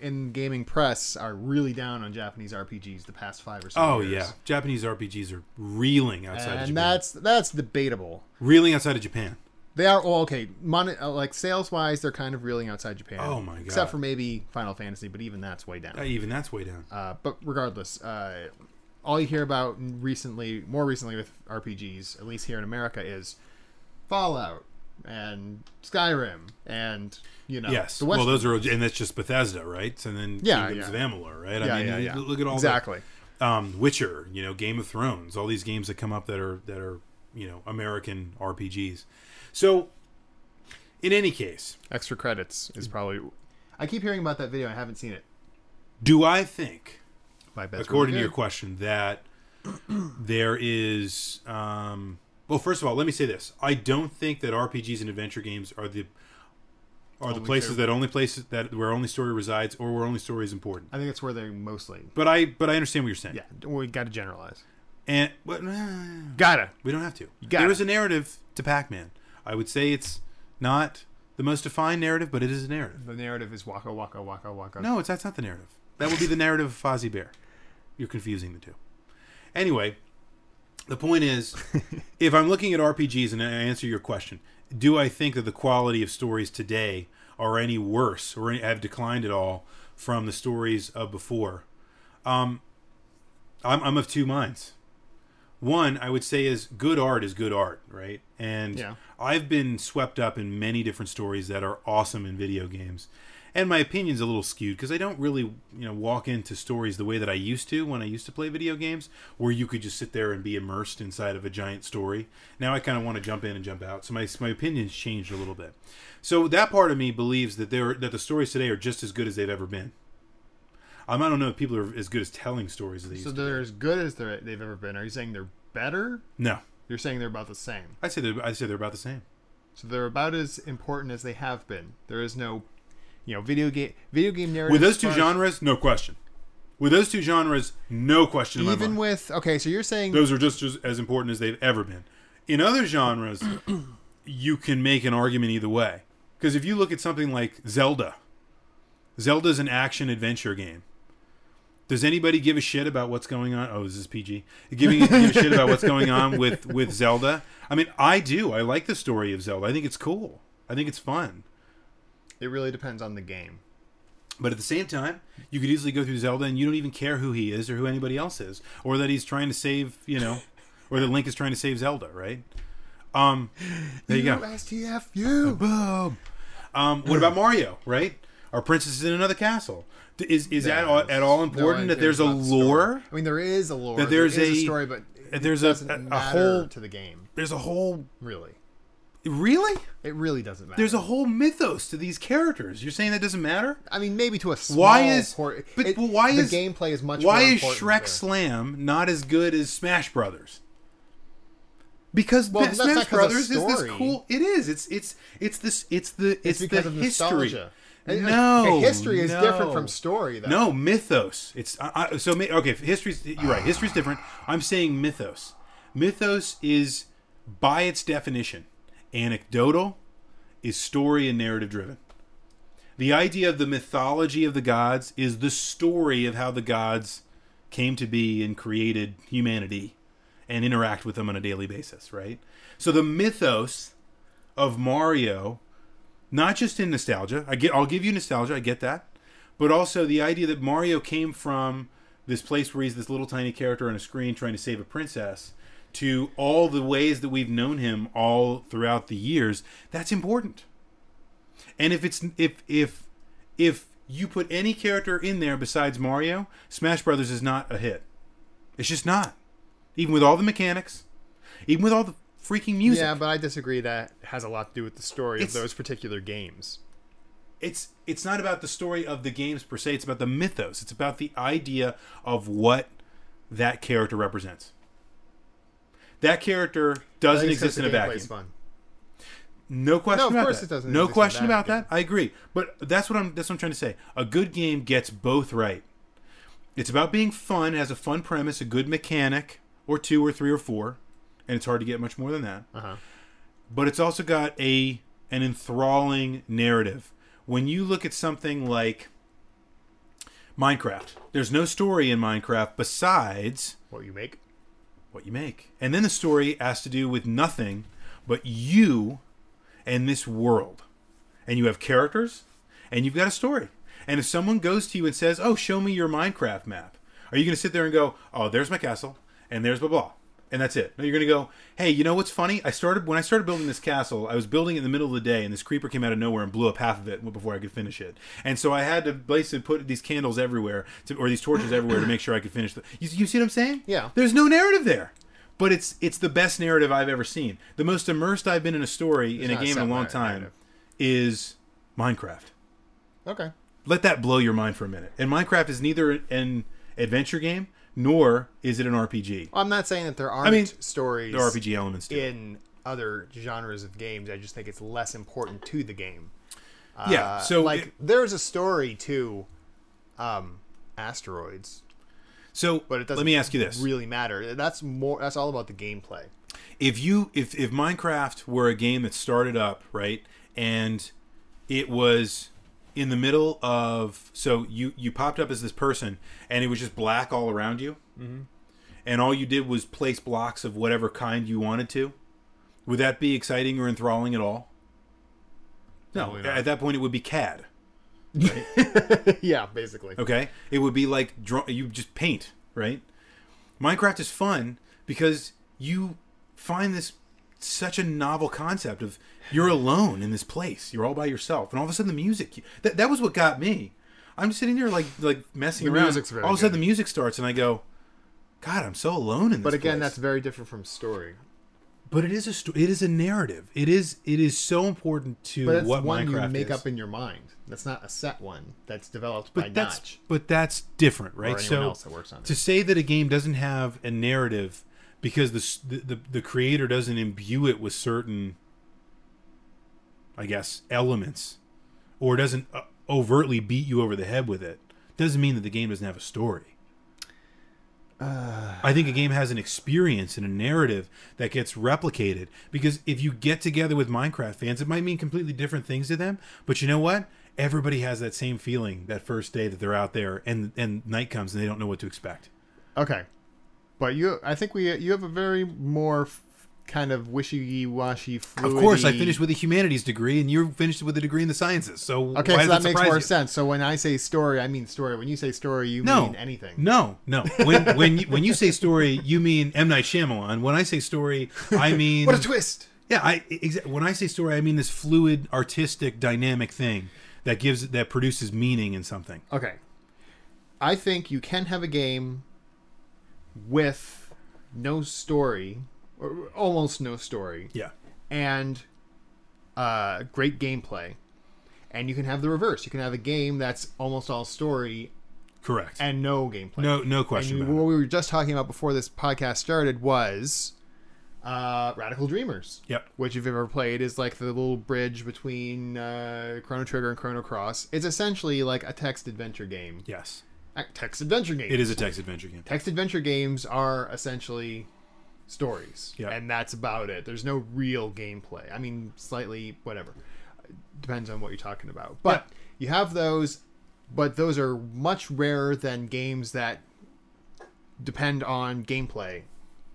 in gaming press are really down on Japanese RPGs the past five or so Oh years. yeah. Japanese RPGs are reeling outside of and Japan. that's that's debatable. reeling outside of Japan. They are well, okay. Mon- uh, like sales wise, they're kind of reeling outside Japan. Oh, my God. Except for maybe Final Fantasy, but even that's way down. Uh, even that's way down. Uh, but regardless, uh, all you hear about recently, more recently with RPGs, at least here in America, is Fallout and Skyrim and you know yes. the West. Well, those are and that's just Bethesda, right? And then Yeah, Kingdoms yeah. of Amalur, right? yeah, I mean, yeah, you yeah. look at all that. exactly. um, Witcher, you know, Game of Thrones, all these games that come up that are that are you know American RPGs. So, in any case, Extra credits is probably. I keep hearing about that video. I haven't seen it. do I think, My best. according to your question, that <clears throat> there is? Um, well, first of all, let me say this: I don't think that RPGs and adventure games are the are the Only places fair. that only places that where only story resides or where only story is important. I think it's where they mostly. But I but I understand what you're saying. Yeah, we got to generalize. And but, uh, Gotta. We don't have to. got There it. is a narrative to Pac-Man. I would say it's not the most defined narrative, but it is a narrative. The narrative is waka waka waka waka. No, it's that's not the narrative. That would be the narrative of Fozzie Bear. You're confusing the two. Anyway, the point is, if I'm looking at RPGs and I answer your question, do I think that the quality of stories today are any worse or any, have declined at all from the stories of before? Um, I'm, I'm of two minds. One, I would say, is good art is good art, right? And Yeah. I've been swept up in many different stories that are awesome in video games. And my opinion's a little skewed because I don't really, you know, walk into stories the way that I used to when I used to play video games, where you could just sit there and be immersed inside of a giant story. Now I kind of want to jump in and jump out, so my my opinion's changed a little bit. So that part of me believes that there that the stories today are just as good as they've ever been. Um, I don't know if people are as good as telling stories as they used So to. they're as good as they're, they've ever been. Are you saying they're better? No, You're saying they're about the same. I say they're I say they're about the same. So they're about as important as they have been. There is no, you know, video game video game narrative. With those as two far as- genres, no question. With those two genres, no question. In my even mind. with okay, so you're saying those are just as, as important as they've ever been. In other <clears throat> genres, you can make an argument either way. Because if you look at something like Zelda, Zelda's an action adventure game. Does anybody give a shit about what's going on? Oh, is this PG? Giving give a shit about what's going on with with Zelda? I mean, I do. I like the story of Zelda. I think it's cool. I think it's fun. It really depends on the game. But at the same time, you could easily go through Zelda and you don't even care who he is or who anybody else is, or that he's trying to save, you know, or that Link is trying to save Zelda, right? Um, there you go. STFU. Boom. Um, what about Mario? Right? Our princess is in another castle. D- Is is that all, at all important that there's a lore? I mean, there is a lore. That there there's is a- story, but it that there's a- doesn't a- a matter whole- to the game. There's a whole Really, really? it really doesn't matter. There's a whole mythos to these characters. You're saying that doesn't matter? I mean, maybe to a small Why is por- but it- well, why the is gameplay is much? why more is important Shrek there. Slam not as good as Smash Brothers? Because Well, Ma- that's not Smash 'cause of Brothers is this story. cool. It is. It's it's it's this it's the It's it's, because the of history. nostalgia. And- and- No, and history is different no. from story, though. No mythos. It's I, I, so ma- okay. if History's you're right. History's different. I'm saying mythos. Mythos is by its definition anecdotal, is story and narrative driven. The idea of the mythology of the gods is the story of how the gods came to be and created humanity and interact with them on a daily basis, right? So the mythos of Mario, not just in nostalgia, I get I'll give you nostalgia, I get that, but also the idea that Mario came from this place where he's this little tiny character on a screen trying to save a princess to all the ways that we've known him all throughout the years, that's important. And if it's if if if you put any character in there besides Mario, Smash Brothers is not a hit. It's just not. Even with all the mechanics, even with all the freaking music. Yeah, but I disagree. That has a lot to do with the story It's- of those particular games. it's it's not about the story of the games per se. It's about the mythos. It's about the idea of what that character represents. That character I doesn't think it's exist in a 'cause the gameplay's vacuum. Fun. No question No, of about course that. it doesn't No exist in question that about that. I agree. But that's what I'm that's what I'm trying to say. A good game gets both right. It's about being fun, has a fun premise, a good mechanic, or two or three or four, and it's hard to get much more than that. Uh-huh. But it's also got a an enthralling narrative. When you look at something like Minecraft, there's no story in Minecraft besides What you make? what you make. And then the story has to do with nothing but you and this world. And you have characters and you've got a story. And if someone goes to you and says, Oh, show me your Minecraft map, are you going to sit there and go, Oh, there's my castle and there's blah blah? And that's it. No, you're going to go, Hey, you know what's funny? I started, when I started building this castle, I was building it in the middle of the day and this creeper came out of nowhere and blew up half of it before I could finish it. And so I had to basically put these candles everywhere to, or these torches everywhere to make sure I could finish the. You, you see what I'm saying? Yeah. There's no narrative there. But it's it's the best narrative I've ever seen. The most immersed I've been in a story in a not a game in a long separate time narrative. is Minecraft. Okay. Let that blow your mind for a minute. And Minecraft is neither an adventure game nor is it an RPG. Well, I'm not saying that there aren't mean, stories There are RPG elements to it. in other genres of games. I just think it's less important to the game. Yeah, Uh, so like it- there's a story to um, asteroids, So but it doesn't. let me ask you this. Really matter? That's more. That's all about the gameplay. <laughs> if you if if Minecraft were a game that started up right and it was in the middle of so you you popped up as this person and it was just black all around you mm-hmm. and all you did was place blocks of whatever kind you wanted to would that be exciting or enthralling at all no Probably not. at that point it would be cad yeah, basically. Okay, it would be like draw, you just paint, right? Minecraft is fun because you find this such a novel concept of you're alone in this place, you're all by yourself, and all of a sudden the music that that was what got me. I'm just sitting there like like messing The around. music's very all of a sudden good. the music starts, and I go, God, I'm so alone in this. But again, place." that's very different from story. but it is a sto- it is a narrative. It is it is so important to But that's what one Minecraft you make is. up in your mind. That's not a set one. That's developed by but that's Notch but that's different, right? or anyone so else that works on it. to say that a game doesn't have a narrative because the, s- the the the creator doesn't imbue it with certain i guess elements or doesn't uh, overtly beat you over the head with it doesn't mean that the game doesn't have a story I think a game has an experience and a narrative that gets replicated because if you get together with Minecraft fans, it might mean completely different things to them. But you know what? everybody has that same feeling that first day that they're out there and and night comes and they don't know what to expect. Okay, but you, I think we you have a very more f- kind of wishy-washy. Of Fluidy... course, I finished with a humanities degree and you finished with a degree in the sciences. So Okay, why so does that it makes surprise more you? sense. So when I say story, I mean story. When you say story, you No, mean anything. No, no. When when you, when you say story, you mean M Night Shyamalan. When I say story, <laughs> I mean What a twist! Yeah, I exa- when I say story, I mean this fluid, artistic, dynamic thing that gives that produces meaning in something. Okay, I think you can have a game with no story, or almost no story, Yeah. and uh, great gameplay. And you can have the reverse. You can have a game that's almost all story Correct. and no gameplay. no no And question you- about what it. we were just talking about before this podcast started was uh, Radical Dreamers. Yep. Which, if you've ever played, is like the little bridge between uh, Chrono Trigger and Chrono Cross. It's essentially like a text adventure game. Yes. Uh, Text adventure game. It is a text adventure game. Text adventure games are essentially stories, Yeah. and that's about it. There's no real gameplay. I mean, slightly whatever depends on what you're talking about. But you have those, but those are much rarer than games that depend on gameplay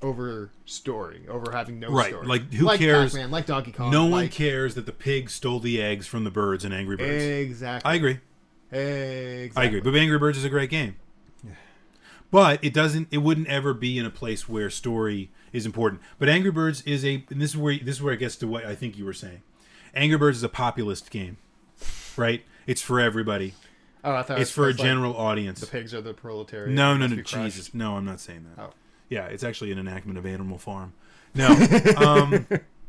over story, over having no Right, story. like, who cares? Pac-Man, like Donkey Kong. No one like- Eh. cares that the pig stole the eggs from the birds and Angry Birds. Exactly. I agree. Exactly. I agree. But Angry Birds is a great game. But it doesn't. It wouldn't ever be in a place where story is important. But Angry Birds is a. And this is where this is where it gets to what I think you were saying. Angry Birds is a populist game, right? It's for everybody. Oh, I thought It's for a that's like general audience. pigs are the proletariat. No, they no, must no, be crushed. Jesus, no, I'm not saying that. Oh. Yeah, it's actually an enactment of Animal Farm. <laughs> No, um,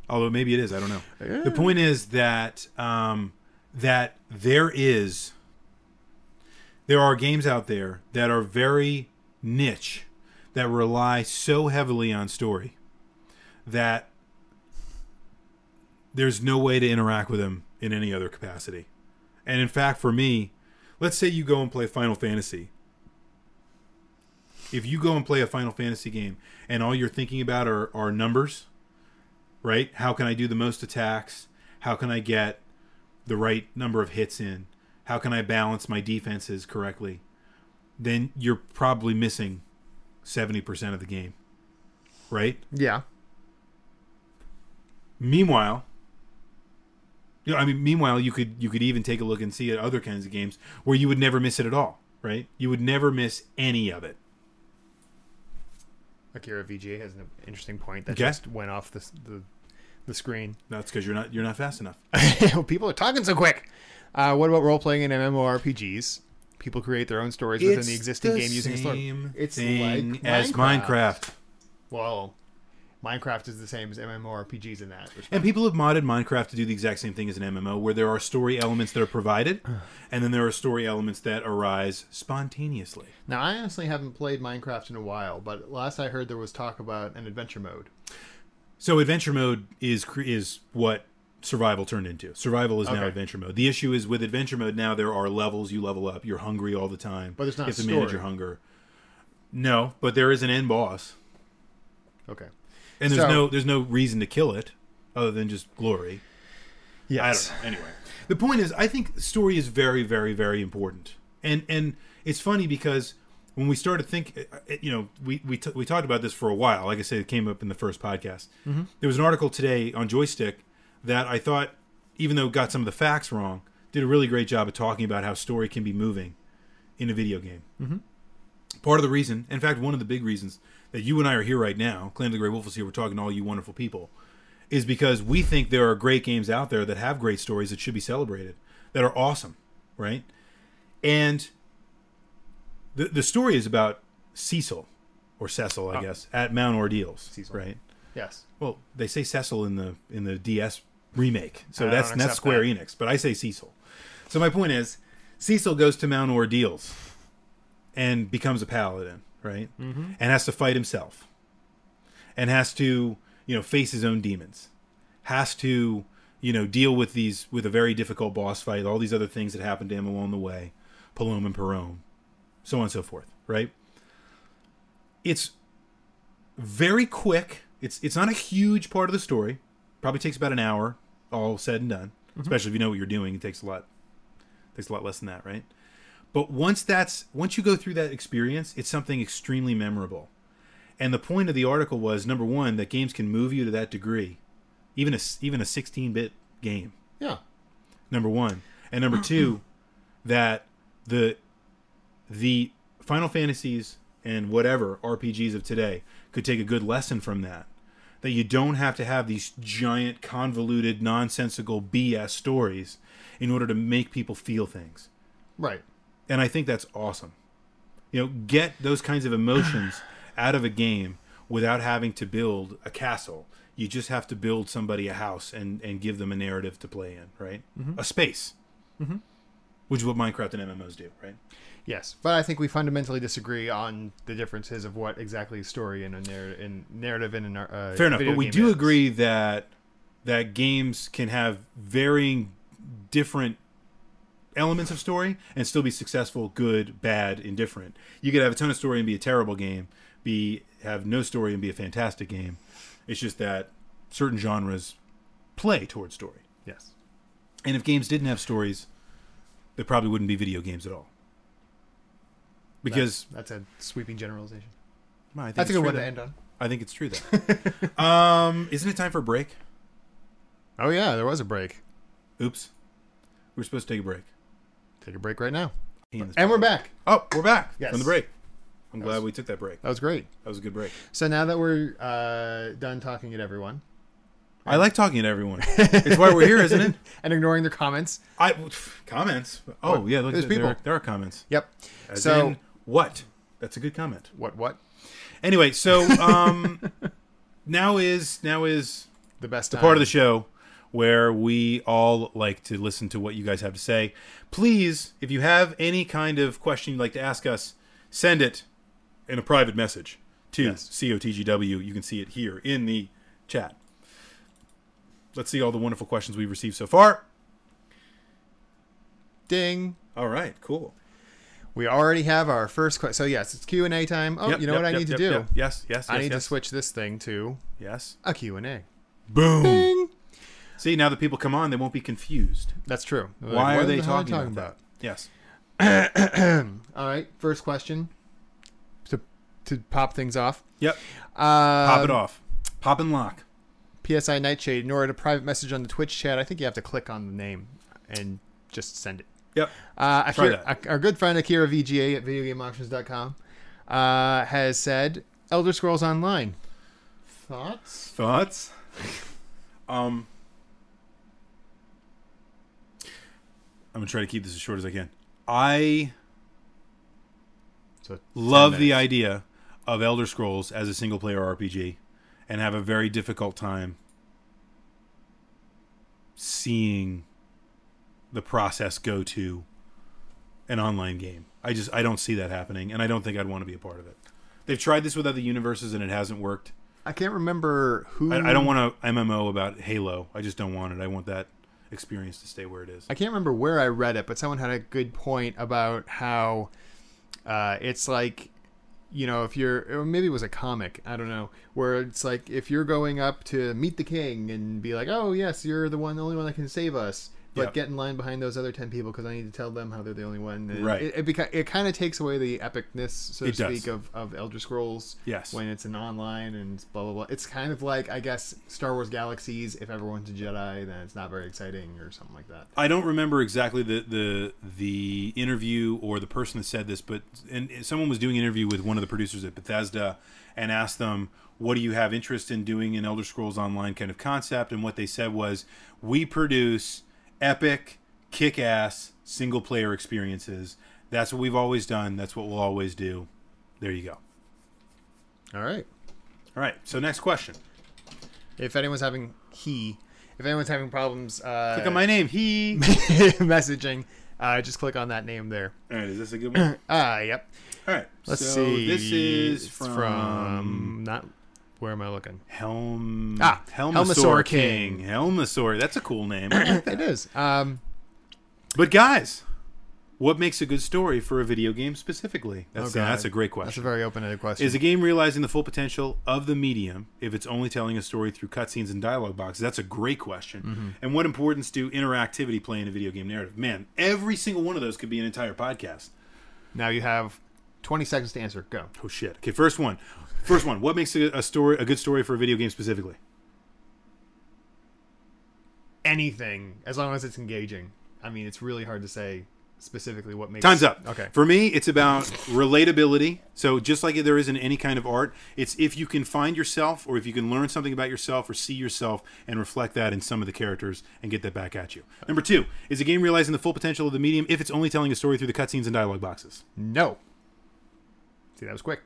although maybe it is, I don't know. The point is that um, that there is there are games out there that are very niche that rely so heavily on story that there's no way to interact with them in any other capacity. And in fact, for me, let's say you go and play Final Fantasy if you go and play a Final Fantasy game and all you're thinking about are, are numbers, right? How can I do the most attacks? How can I get the right number of hits in? How can I balance my defenses correctly? Then you're probably missing 70% of the game, right? Yeah. Meanwhile, you know, I mean, meanwhile, you could you could even take a look and see at other kinds of games where you would never miss it at all, right? You would never miss any of it. Akira VGA has an interesting point that Okay. just went off the the, the screen. <laughs> That's because you're not you're not fast enough. People are talking so quick. Uh, what about role playing in MMORPGs? People create their own stories within the existing game using a story. It's like as Minecraft. Well, Minecraft is the same as MMORPGs in that. respect. And people have modded Minecraft to do the exact same thing as an MMO, where there are story elements that <sighs> are provided, and then there are story elements that arise spontaneously. Now, I honestly haven't played Minecraft in a while, but last I heard there was talk about an adventure mode. So adventure mode is cre- is what survival turned into. Survival is now Okay. adventure mode. The issue is with adventure mode now there are levels. You level up. You're hungry all the time. But there's not you have to story. manage your hunger. No, but there is an end boss, Okay. and there's So- no there's no reason to kill it other than just glory. Yes. I don't know. Anyway, the point is, I think story is very, very, very important, and and it's funny because when we started think, uh, you know, we we, t- we talked about this for a while. Like I said, it came up in the first podcast. There was an article today on Joystick that I thought, even though it got some of the facts wrong, did a really great job of talking about how story can be moving in a video game. Part of the reason, in fact, one of the big reasons that you and I are here right now, Clan of the Grey Wolf is here, we're talking to all you wonderful people, is because we think there are great games out there that have great stories that should be celebrated, that are awesome, right? And the the story is about Cecil, or Cecil, I guess, at Mount Ordeals, Cecil. right? Yes. Well, they say Cecil in the in the DS remake, so I that's don't that's accept Square that. Enix. But I say Cecil. So my point is, Cecil goes to Mount Ordeals and becomes a paladin, right? Mm-hmm. And has to fight himself, and has to you know face his own demons, has to you know deal with these with a very difficult boss fight, all these other things that happened to him along the way, Palom and Perom, so on and so forth, right? It's very quick. It's it's not a huge part of the story. Probably takes about an hour, all said and done. Especially if you know what you're doing, it takes a lot There's a lot less than that, right? But once that's once you go through that experience, it's something extremely memorable. And the point of the article was number one that games can move you to that degree, even a s- even a 16-bit game. Yeah. Number one, and number two, that the the Final Fantasies and whatever RPGs of today could take a good lesson from that. That you don't have to have these giant, convoluted, nonsensical BS stories in order to make people feel things Right. and I think that's awesome. You know, get those kinds of emotions out of a game without having to build a castle. You just have to build somebody a house and and give them a narrative to play in, right? A space, which is what Minecraft and MMOs do, right? Yes, but I think we fundamentally disagree on the differences of what exactly is story and a narr- in narrative and in our uh, Fair enough, video but we game do is. agree that that games can have varying different elements of story and still be successful, good, bad, indifferent. You could have a ton of story and be a terrible game, be have no story and be a fantastic game. It's just that certain genres play toward story. Yes, And if games didn't have stories, they probably wouldn't be video games at all. Because that's a sweeping generalization. well, I think That's a it's good true one to that- end on. I think it's true that. <laughs> um, isn't it time for a break? Oh yeah, there was a break. Oops. We are supposed to take a break. Take a break right now, He and this- and we're back. oh, we're back Yes. from the break. I'm That glad was- we took that break. That was great. That was a good break. So now that we're uh, done talking at everyone I like talking to everyone. <laughs> it's why we're here, <laughs> isn't it? and ignoring their comments. I pff, comments. Oh yeah, look, There's there, there are, people. there are comments. Yep. As so in, what? That's a good comment. what? What? Anyway, so <laughs> um, now is now is The best the part of the show where we all like to listen to what you guys have to say. Please, if you have any kind of question you'd like to ask us, send it in a private message to Yes. COTGW. You can see it here in the chat. Let's see all the wonderful questions we've received so far. ding. All right, cool. We already have our first question. So yes, it's Q and A time. Oh, Yep, you know yep, what I yep, need yep, to do? yep. Yes, yes, yes. I need yes, to switch this thing to Yes. a Q and A. Boom. Ding. See, now that people come on, they won't be confused. That's true. They're like, Why "What are they the hell talking, about, that? Yes. All right, first question to to pop things off. Yep. Um, Pop it off. Pop and lock. PSI Nightshade, nor a private message on the Twitch chat. I think you have to click on the name and just send it. Yep. Uh, Try Akira, Our good friend Akira VGA at VideoGameOptions.com uh, has said Elder Scrolls Online. Thoughts? Thoughts? um, I'm gonna try to keep this as short as I can. I So, love the minutes. idea of Elder Scrolls as a single player RPG, and have a very difficult time seeing the process go to an online game. I just I don't see that happening, and I don't think I'd want to be a part of it. They've tried this with other universes, and it hasn't worked. I can't remember who. I, I don't want a MMO about Halo. I just don't want it. I want that experience to stay where it is. I can't remember where I read it, but someone had a good point about how uh, it's like, you know, if you're, or maybe it was a comic, I don't know, where it's like if you're going up to meet the king and be like, oh yes, you're the one, the only one that can save us, but Yeah. get in line behind those other ten people because I need to tell them how they're the only one. And Right. It it, beca- it kind of takes away the epicness, so It to does. speak, of of Elder Scrolls. Yes. When it's an online and blah blah blah, it's kind of like I guess Star Wars Galaxies. If everyone's a Jedi, then it's not very exciting or something like that. I don't remember exactly the the the interview or the person that said this, but and someone was doing an interview with one of the producers at Bethesda and asked them, "What do you have interest in doing in Elder Scrolls Online kind of concept?" And what they said was, "We produce epic, kick-ass single player experiences. That's what we've always done. That's what we'll always do." There you go. All right. All right. So next question. If anyone's having he, if anyone's having problems uh, Look at my name. He. <laughs> messaging, uh, just click on that name there. All right, is this a <clears throat> good one? Ah, yep. All right. Let's so see. This is It's from, not. Where am I looking? Helm. Ah, Helmasaur Helmasaur King. <clears throat> Helmasaur. That's a cool name. I like that. It is. Um, but guys, What makes a good story for a video game specifically? That's, uh, Oh, God. that's a great That's a question. very open-ended question. Is a game realizing the full potential of the medium if it's only telling a story through cutscenes and dialogue boxes? That's a great question. Mm-hmm. And what importance do interactivity play in a video game narrative? Man, every single one of those could be an entire podcast. now you have 20 seconds to answer. Go. Oh shit. Okay, first one. First one. What makes a, a story a good story for a video game specifically? Anything, as long as it's engaging. I mean, it's really hard to say specifically what makes. Time's up. Okay. For me, it's about relatability. So just like there is in any kind of art, it's if you can find yourself or if you can learn something about yourself or see yourself and reflect that in some of the characters and get that back at you. Number two, is a game realizing the full potential of the medium if it's only telling a story through the cutscenes and dialogue boxes? No. See, that was quick.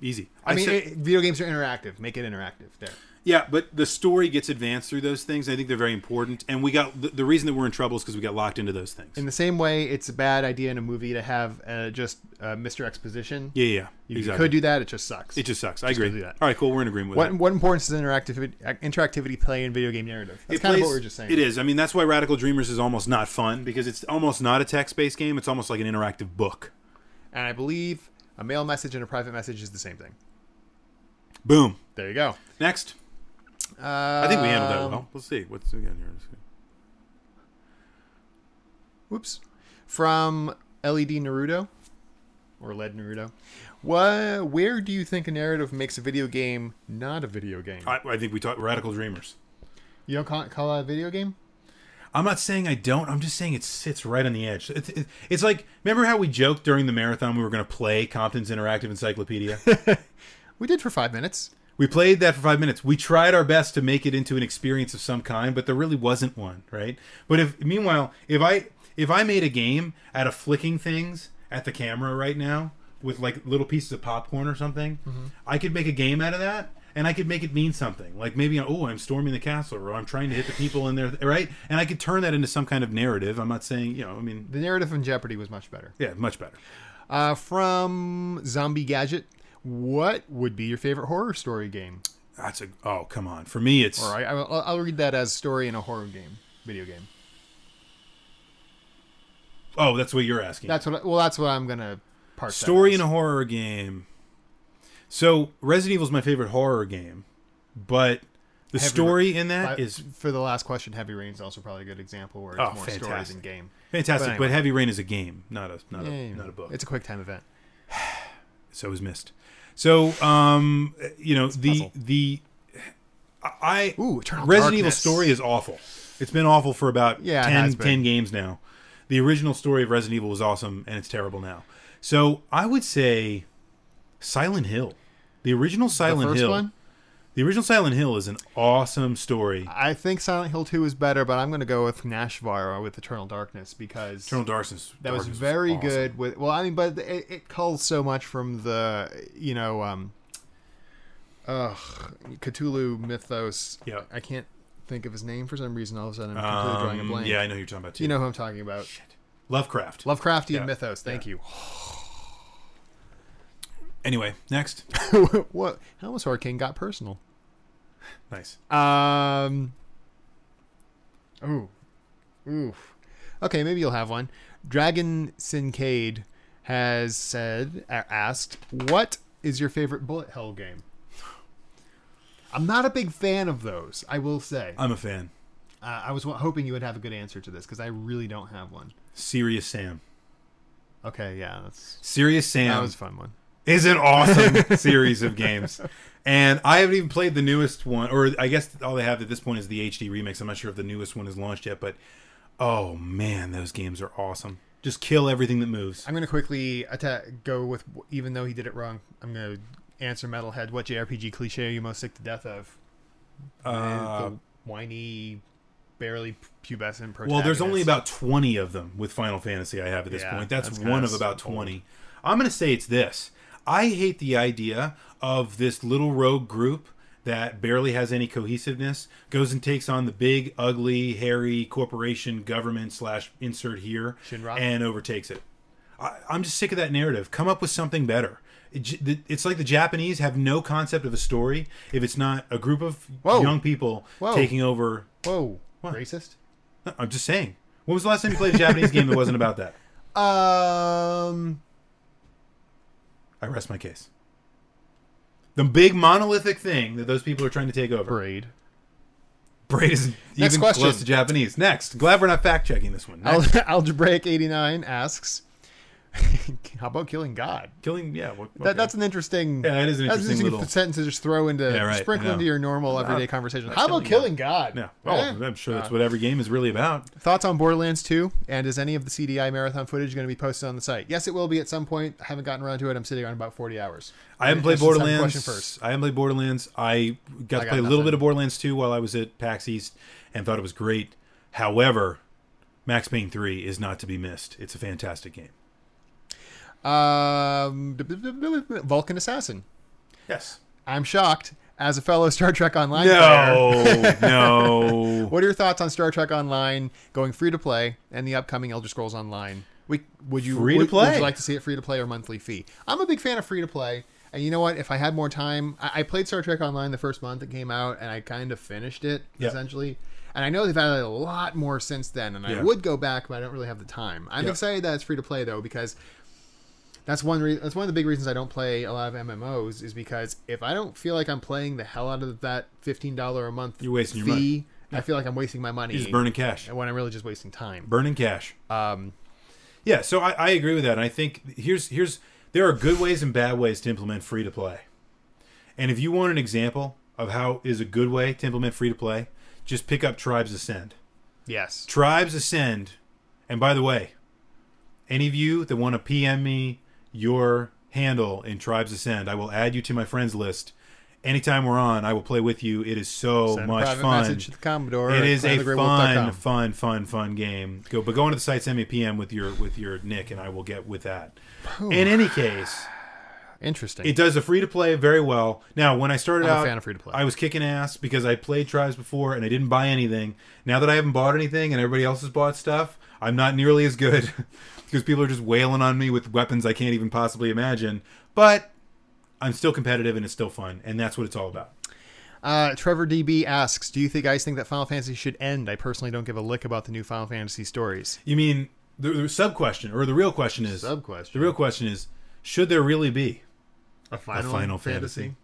Easy. I, mean, said- it- video games are interactive. Make it interactive. There. Yeah, but the story gets advanced through those things. I think they're very important. And we got the, the reason that we're in trouble is because we got locked into those things. In the same way, it's a bad idea in a movie to have uh, just uh, Mr. Exposition. yeah, yeah, yeah. If Exactly. You could do that. It just sucks. It just sucks. I agree. do that. All right, cool. We're in agreement with what that. what importance does interactivity interactivity play in video game narrative? That's It kind of plays- what we were just saying. It is. I mean, that's why Radical Dreamers is almost not fun because it's almost not a text-based game. It's almost like an interactive book. And I believe a mail message and a private message is the same thing. Boom. There you go. Next, Um, I think we handled that well. Let's see what's again here. Let's see. Whoops. From LED Naruto or Led Naruto. What, where do you think a narrative makes a video game not a video game? I, I think we talked Radical Dreamers. You don't call, call that a video game? I'm not saying I don't. I'm just saying it sits right on the edge. It's, it- it's like remember how we joked during the marathon we were going to play Compton's <laughs> Interactive Encyclopedia. We did for five minutes. we played that for five minutes. We tried our best to make it into an experience of some kind, but there really wasn't one, right? But if meanwhile, if I if I made a game out of flicking things at the camera right now with like little pieces of popcorn or something, Mm-hmm. I could make a game out of that. And I could make it mean something, like maybe oh, I'm storming the castle, or I'm trying to hit the people in there, right? And I could turn that into some kind of narrative. I'm not saying, you know, I mean, The narrative in Jeopardy was much better. yeah, much better. Uh, from Zombie Gadget, what would be your favorite horror story game? That's a oh, come on. For me, it's All right, I'll, I'll- I'll read that as story in a horror game, video game. oh, that's what you're asking. That's what. I, well, that's what I'm gonna part. Story that in a horror game. So Resident Evil is my favorite horror game, but the Heavy- story in that as. is But for the last question. Heavy Rain's also probably a good example where it's Oh, more story fantastic. than game. fantastic. but But, anyway. Heavy Rain is a game, not a not Yeah, a yeah, not a yeah. book. It's a quick time event. so it was missed. So um, you know the puzzle. the I Ooh, Eternal Resident Evil Darkness. story is awful. It's been awful for about Yeah, it 10, has been. 10 games now. The original story of Resident Evil was awesome, and it's terrible now. So I would say Silent Hill. The original The Silent first Hill. one, The original Silent Hill is an awesome story. I think Silent Hill Two is better, but I'm gonna go with Nashvara with Eternal Darkness because Eternal Darkness. that was Darkness very awesome. good with well i mean but it, it culls so much from the you know um uh cthulhu mythos Yeah. i can't think of his name for some reason all of a sudden i'm completely drawing a Um, blank yeah, I know who you're talking about too. you know who i'm talking about Lovecraft. lovecraftian Yeah. mythos thank anyway, next. <laughs> <laughs> you what how was hurricane got personal nice. um oh oof okay maybe you'll have one dragon sincade has said uh, asked what is your favorite bullet hell game i'm not a big fan of those i will say uh, I'm a fan. i was wa- hoping you would have a good answer to this because i really don't have one Serious Sam. okay yeah that's Serious that Sam was a fun one is <laughs> an awesome series of games. And I haven't even played the newest one, or I guess all they have at this point is the HD remix. I'm not sure if the newest one is launched yet, but oh man, those games are awesome. Just kill everything that moves. i'm going to quickly atta- go with even though he did it wrong i'm going to answer metalhead what jrpg cliche are you most sick to death of Uh, the whiny, barely pubescent protagonist. Well, there's only about 20 of them with Final Fantasy I have at this Yeah, point. That's, that's kinda one of about 20. I'm going to say it's this. I hate the idea of this little rogue group that barely has any cohesiveness goes and takes on the big, ugly, hairy corporation government slash insert here Shinra? and overtakes it. I, I'm just sick of that narrative. Come up with something better. It, j- the- it's like the Japanese have no concept of a story if it's not a group of Whoa. young people Whoa. taking over whoa, racist. no, I'm just saying. When was the last time you played a Japanese game that wasn't about that? Um, I rest my case. The big monolithic thing that those people are trying to take over. braid. Braid isn't Next even question. close to Japanese. Next. Glad we're not fact checking this one. Al- Next. <laughs> Algebraic eighty nine asks, <laughs> "How about killing God?" Killing, yeah. What, That, that's an interesting. Yeah, that is an that's interesting little- sentence to just throw into Yeah, right, sprinkle I into know. Uh, your normal everyday conversation. How about killing killing God? Yeah. Oh, Eh? I'm sure that's what every game is really about. Thoughts on Borderlands 2? And is any of the CDI marathon footage going to be posted on the site? Yes, it will be at some point. I haven't gotten around to it. I'm sitting on about 40 hours. I haven't Let's just played have a Borderlands. Question first. I haven't played Borderlands. I got to got play a little nothing. bit of Borderlands 2 while I was at PAX East and thought it was great. However, Max Payne 3 is not to be missed. It's a fantastic game. Um, Vulcan Assassin. Yes. I'm shocked as a fellow Star Trek <laughs> Online player. No, <laughs> no. What are your thoughts on Star Trek Online going free to play and the upcoming Elder Scrolls Online? We, would you Free to would- Would play. you like to see it free to play or monthly fee? I'm a big fan of free to play. And you know what? If I had more time, I, I played Star Trek Online the first month it came out, and I kind of finished it Yeah. essentially. And I know they've added a lot more since then, and Yeah. I would go back, but I don't really have the time. I'm Yeah. excited that it's free to play though, because that's one re- that's one of the big reasons I don't play a lot of MMOs is because if I don't feel like I'm playing the hell out of that fifteen dollar a month You're wasting your fee, I feel like I'm wasting my money He's burning cash. when I'm really just wasting time. Burning cash. Um, yeah, so I, I agree with that. And I think here's here's there are good ways and bad ways to implement free to play. And if you want an example of how is a good way to implement free to play, just pick up Tribes Ascend. Yes, Tribes Ascend. And by the way, any of you that want to PM me your handle in Tribes Ascend, I will add you to my friends list. Anytime we're on, I will play with you. It is so Send a much private fun. message to the Commodore. It at is a clanthegreenwolf.com. fun, fun, fun, fun game. Go, but go into the site, send me a PM with your with your nick, and I will get with that. In any case, Interesting. it does the free to play very well. Now, when I started I'm a out, fan of free-to-play. I was kicking ass because I played Tribes before and I didn't buy anything. Now that I haven't bought anything and everybody else has bought stuff, I'm not nearly as good <laughs> because people are just wailing on me with weapons I can't even possibly imagine. But I'm still competitive and it's still fun, and that's what it's all about. Uh, Trevor DB asks, "Do you think guys think that Final Fantasy should end? I personally don't give a lick about the new Final Fantasy stories." You mean the, the sub question or the real question is Sub The question: real question is, should there really be A a Final Fantasy?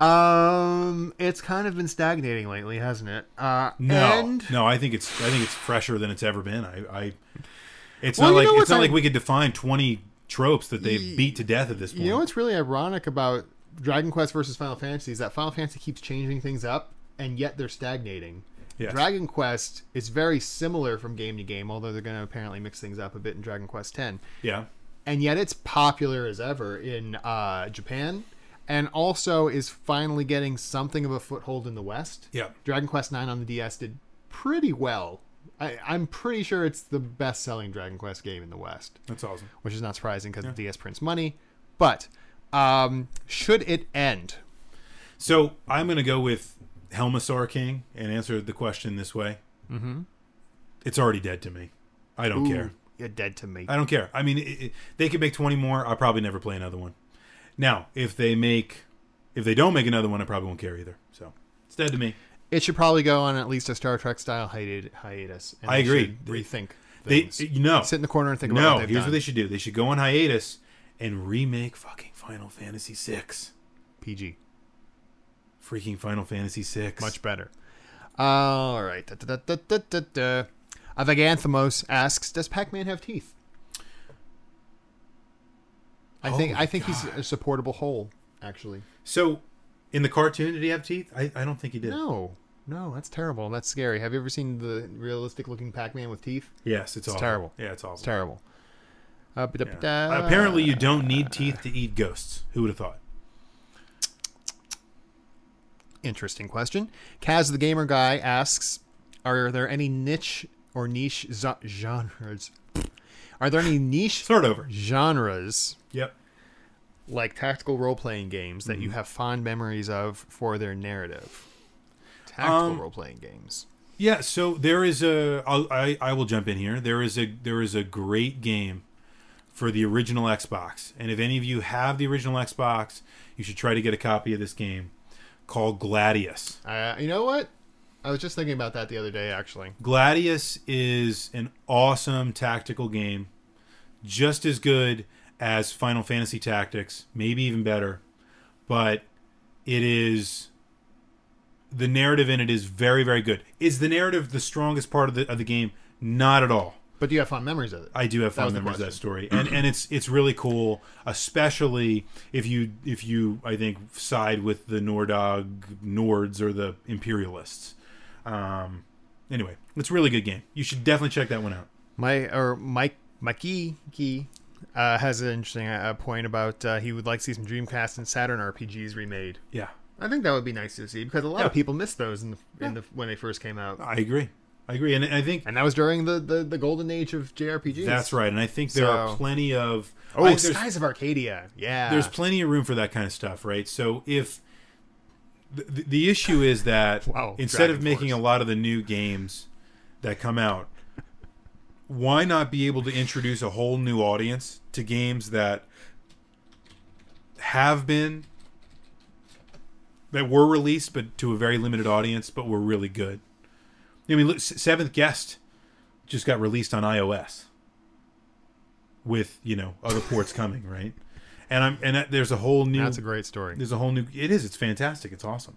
Um, it's kind of been stagnating lately, hasn't it? Uh, No, and- no. I think it's I think it's fresher than it's ever been. I, I it's Well, you not know like it's what's not un- like we could define twenty tropes that Ye- they've beat to death at this point. You know what's really ironic about Dragon Quest versus Final Fantasy is that Final Fantasy keeps changing things up, and yet they're stagnating. Yes. Dragon Quest is very similar from game to game, although they're going to apparently mix things up a bit in Dragon Quest X. yeah, and yet it's popular as ever in uh, Japan, and also is finally getting something of a foothold in the West. Yeah. Dragon Quest Nine on the DS did pretty well. I, I'm pretty sure it's the best-selling Dragon Quest game in the West, that's awesome. which is not surprising because the DS prints money. But um, should it end? So I'm going to go with Helmasar King and answer the question this way. Mm-hmm. It's already dead to me. I don't care. Ooh, You're dead to me. I don't care. I mean, it, it, they could make 20 more. I'll probably never play another one. Now, if they make, if they don't make another one, I probably won't care either. So it's dead to me. it should probably go on at least a Star Trek style hiatus. hiatus and I they agree. should They- Rethink. They, things. you know, Sit in the corner and think about no. what they've Here's done. what they should do. They should go on hiatus and remake fucking Final Fantasy VI. PG. Freaking Final Fantasy VI. Much better. All right. Da, da, da, da, da, da. Avaganthamos asks, "Does Pac-Man have teeth?" I think Oh, I think he's a supportable whole. Actually, So, in the cartoon, did he have teeth? I, I don't think he did. no, no, that's terrible. That's scary. Have you ever seen the realistic-looking Pac-Man with teeth? Yes, it's, awful. terrible. Yeah, it's It's awful. terrible. Uh, ba- da- ba- da. Apparently, you don't need teeth to eat ghosts. Who would have thought? Interesting question. Kaz the Gamer Guy asks, "Are there any niche or niche zo- genres? <laughs> Are there any niche Start over. genres Yep. like tactical role playing games that you have fond memories of for their narrative. Tactical Um, role playing games. Yeah, so there is a I'll, I I will jump in here. There is a there is a great game for the original Xbox, and if any of you have the original Xbox, you should try to get a copy of this game called Gladius. Uh, you know what? I was just thinking about that the other day, actually. Gladius is an awesome tactical game, just as good as Final Fantasy Tactics, maybe even better. But it is the narrative in it is very, very good. Is the narrative the strongest part of the of the game? Not at all. But do you have fond memories of it? I do have fond was the memories of that question. <clears throat> story, and and it's it's really cool, especially if you if you I think side with the Nordog Nords or the Imperialists. Um, anyway, it's a really good game. You should definitely check that one out. My or Mike Mikey Key uh, has an interesting uh, point about uh, he would like to see some Dreamcast and Saturn RPGs remade. Yeah, I think that would be nice to see because a lot of Yeah. people missed those in the, in the when they first came out, I agree. I agree, and I think and that was during the, the, the golden age of JRPGs. that's right. And I think there are So- plenty of Oh, I- there's- Skies of Arcadia. Yeah, there's plenty of room for that kind of stuff, right? So if the, the issue is <laughs> that Wow, instead of Dragon making Force. a lot of the new games that come out, why not be able to introduce a whole new audience to games that have been that were released but to a very limited audience but were really good. I mean, look, S- Seventh Guest just got released on iOS with, you know, other ports coming, right? And I'm and that, there's a whole new that's a great story. there's a whole new. It is. It's fantastic. It's awesome.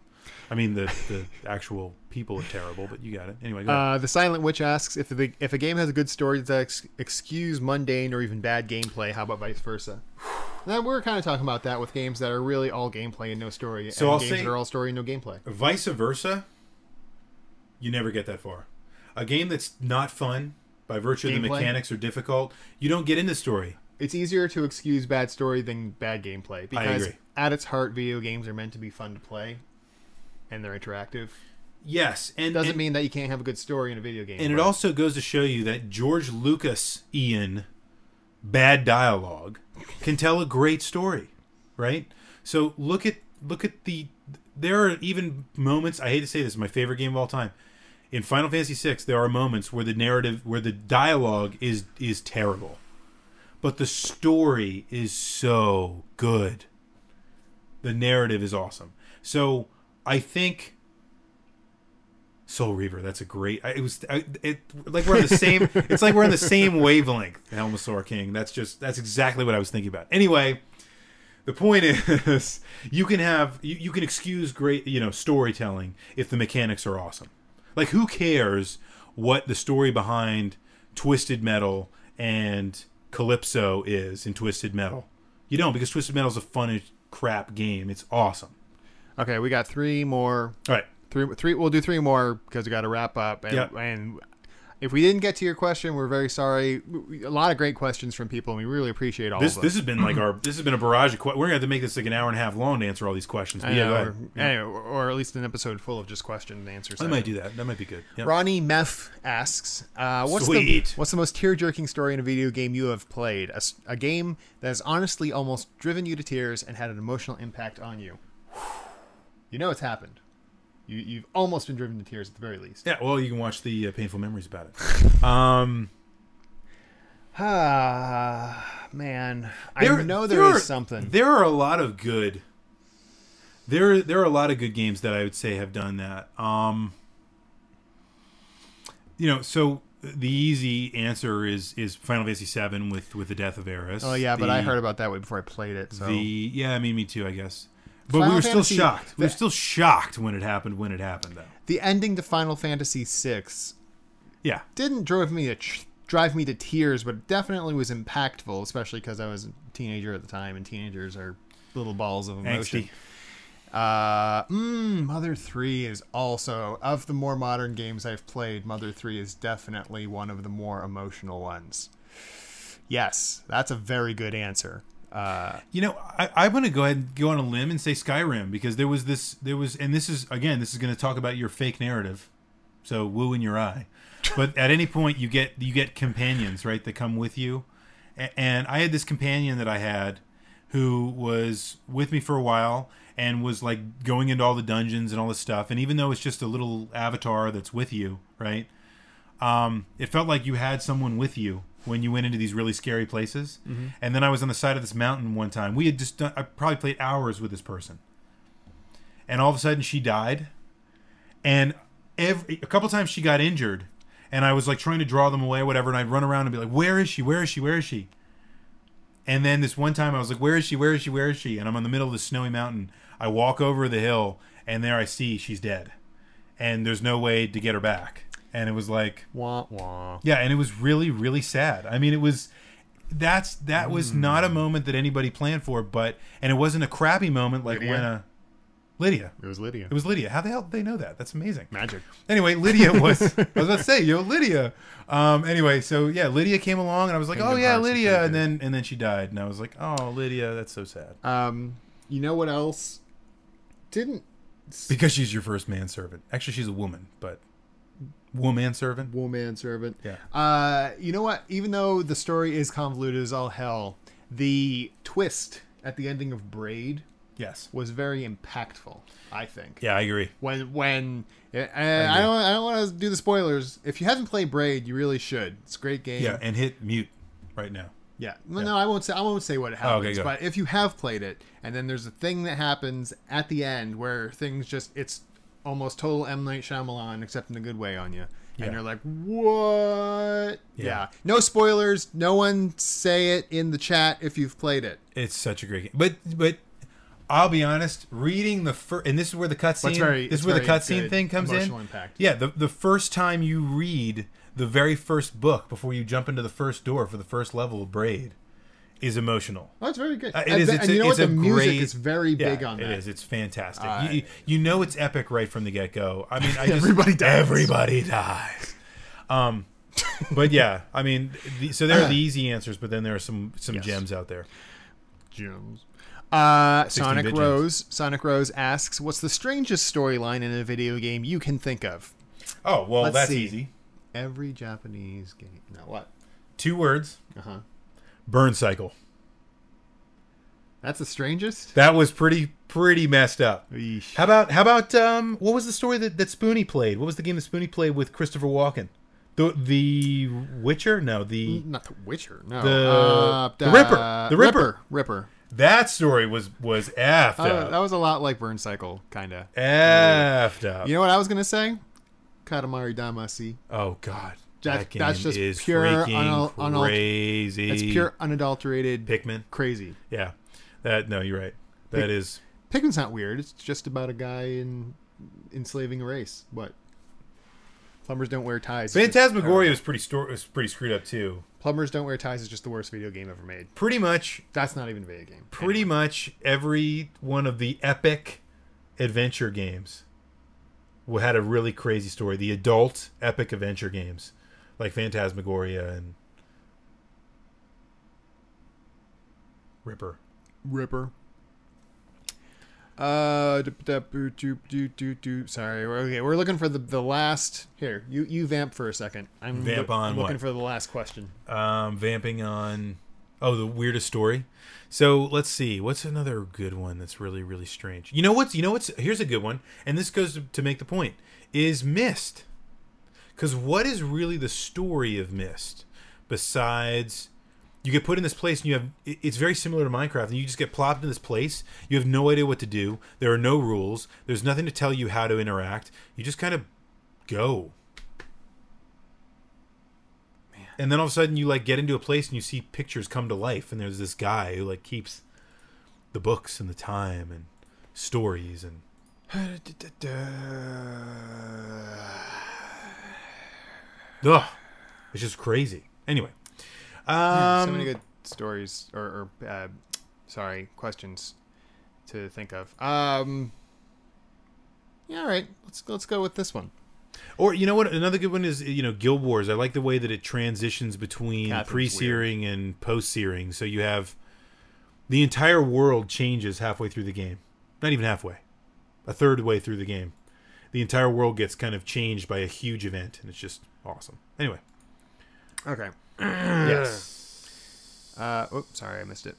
I mean, the <laughs> the actual people are terrible, but you got it anyway. Go ahead. Uh, the Silent Witch asks if the if a game has a good story that ex- excuse mundane or even bad gameplay, how about vice versa? Now we're kind of talking about that with games that are really all gameplay and no story, So and I'll games say- that are all story and no gameplay. Vice versa. You never get that far. A game that's not fun by virtue of the Gameplay? mechanics are difficult. You don't get into story. It's easier to excuse bad story than bad gameplay because agree. at its heart, video games are meant to be fun to play, and they're interactive. Yes, and Doesn't and, mean that you can't have a good story in a video game. and it but- also goes to show you that George Lucas Ian bad dialogue can tell a great story, right? So look at look at the there are even moments I hate to say this, my favorite game of all time. In Final Fantasy VI, there are moments where the narrative where the dialogue is is terrible. But the story is so good. The narrative is awesome. So I think Soul Reaver, that's a great. I, it was I, it like we're on the same. it's like we're on the same wavelength, Helmasaur King. That's just that's exactly what I was thinking about. Anyway, the point <laughs> is, you can have you, you can excuse great you know storytelling if the mechanics are awesome. Like who cares what the story behind Twisted Metal and Calypso is in Twisted Metal? You don't because Twisted Metal's a fun as crap game. It's awesome. okay. We got three more All right. three three we'll do three more because we got to wrap up and, Yeah. and if we didn't get to your question we're very sorry We- we- a lot of great questions from people and we really appreciate all This, of them this has been like our this has been a barrage of questions. We're gonna have to make this like an hour and a half long to answer all these questions. I But yeah, know, go Uh, or, ahead. anyway, or- or at least an episode full of just question and answers I might do that. That might be good. Yeah. Ronnie Meff asks, uh, what's, Sweet. The, what's the most tear jerking story in a video game you have played? A, s- a game that has honestly almost driven you to tears and had an emotional impact on you. You know it's happened. You, you've almost been driven to tears at the very least. <sighs> Yeah, well, you can watch the uh, painful memories about it. Um, Ah, man. I there- know there there are- is something. There are a lot of good. There, there are a lot of good games that I would say have done that. Um, you know, so the easy answer is is Final Fantasy VII with with the death of Eris. oh yeah, but The- I heard about that way before I played it. So the yeah. I mean, me too. I guess. But we Final were Fantasy- still shocked. we were the- still shocked when it happened. When it happened, though. the ending to Final Fantasy VI Yeah. didn't drive me to tr- drive me to tears, but it definitely was impactful, especially because I was a teenager at the time, and teenagers are little balls of emotion. Angsty. Uh, mm, Mother 3 is also, of the more modern games I've played, Mother 3 is definitely one of the more emotional ones. Yes, that's a very good answer. Uh, You know, I, I want to go ahead and go on a limb and say Skyrim because there was this, there was, and this is again, this is going to talk about your fake narrative, so woo in your eye. But at any point, you get you get companions, right? That come with you, A- and I had this companion that I had who was with me for a while and was like going into all the dungeons and all this stuff. And even though it's just a little avatar that's with you, right? um, it felt like you had someone with you when you went into these really scary places. And then I was on the side of this mountain one time. We had just done, I probably played hours with this person. And all of a sudden she died. And every a couple times she got injured, and I was like trying to draw them away, whatever. And I'd run around and be like, "Where is she? Where is she? Where is she?" And then this one time, I was like, "Where is she? Where is she? Where is she?" And I'm in the middle of the snowy mountain. I walk over the hill, and there I see she's dead, and there's no way to get her back. And it was like, Wah wah. yeah, and it was really, really sad. I mean, it was that's that was not a moment that anybody planned for, but and it wasn't a crappy moment like Lydia? when a Lydia. It was Lydia. It was Lydia. How the hell did they know that? That's amazing. magic. Anyway, Lydia was I was about to say, yo, Lydia. Um anyway, so yeah, Lydia came along and I was like, Came Oh to yeah, Paris and Lydia played and then and then she died and I was like, Oh Lydia, that's so sad. Um, you know what else? Didn't Because she's your first manservant. Actually she's a woman, but woman servant. woman servant. Yeah. Uh, you know what? Even though the story is convoluted as all hell, the twist at the ending of Braid Yes. was very impactful. I think. Yeah, I agree. When when and I don't I don't want to do the spoilers. If you haven't played Braid, you really should. It's a great game. Yeah, and hit mute right now. Yeah. No, no, I won't say I won't say what happens, Oh, go. but if you have played it, and then there's a thing that happens at the end where things just it's almost total M Night Shyamalan, except in a good way on you, Yeah. and you're like, what? Yeah. Yeah. No spoilers. No one say it in the chat if you've played it. It's such a great game. But but I'll be honest, reading the first and this is where the Well, it's cutscene very- this it's is where the very cutscene good thing comes emotional in. impact. Yeah, the the first time you read the very first book before you jump into the first door for the first level of Braid is emotional. Oh, it's very good. Uh, it And is. the- It's and you a- know it's what? a The music great- is very Yeah, big on that. It is. It's fantastic. I- you, you know it's epic right from the get go. I mean, <laughs> I just, Everybody dies. Everybody dies. Um, but yeah, I mean, the, so <laughs> there are the easy answers, but then there are some some Yes. gems out there. Gems. Uh, Sonic 16-bit Rose. Sonic Rose asks, "What's the strangest storyline in a video game you can think of?" Oh well, Let's that's see. easy. Every Japanese game. No, what? Two words. Uh huh. Burn cycle. That's the strangest. That was pretty pretty messed up. Eesh. How about how about um what was the story that, that Spoonie played? What was the game that Spoonie played with Christopher Walken? The the Witcher? No, the Not the Witcher. No. The- uh, the Ripper. uh, The Ripper. Ripper. that story was was effed Uh, that up. was a lot like Burn Cycle, kind of. Effed up. You know what I was gonna say? Katamari Damacy. oh god. That's- that game that's just is pure freaking unal- unal- crazy. It's pure unadulterated Pikmin. crazy. Yeah. That no, you're right. That is Pikmin's not weird. It's just about a guy in enslaving a race. What? Plumbers don't wear ties. is just- Phantasmagoria was pretty stor- was pretty screwed up too. Plumbers don't wear ties is just the worst video game ever made. Pretty much That's not even a video game. pretty much every one of the epic adventure games w- had a really crazy story. The adult epic adventure games, like Phantasmagoria and Ripper. Ripper. Uh, dup- dup- boo- doop- doo- doo- doo. sorry. we're- Okay, we're looking for the the last. Here, you you vamp for a second. I'm Vamp on I'm looking what? for the last question. Um, vamping on. Oh, the weirdest story. So let's see. What's another good one that's really really strange? You know what's you know what's here's a good one, and this goes to, to make the point is Mist. Because what is really the story of Mist besides you get put in this place and you have it- it's very similar to minecraft and you just get plopped in this place you have no idea what to do there are no rules there's nothing to tell you how to interact you just kind of go and then all of a sudden you like get into a place and you see pictures come to life and there's this guy who like keeps the books and the time and stories and ugh, it's just crazy anyway um, Hmm, so many good stories or, or uh, sorry questions to think of. Um, yeah, all right. Let's let's go with this one. Or you know what? Another good one is you know Guild Wars. I like the way that it transitions between Catherine's pre-searing and post-searing. So you have the entire world changes halfway through the game. Not even halfway, a third way through the game, the entire world gets kind of changed by a huge event, and it's just awesome. Anyway, Okay. yes. Uh, oops, sorry, I missed it.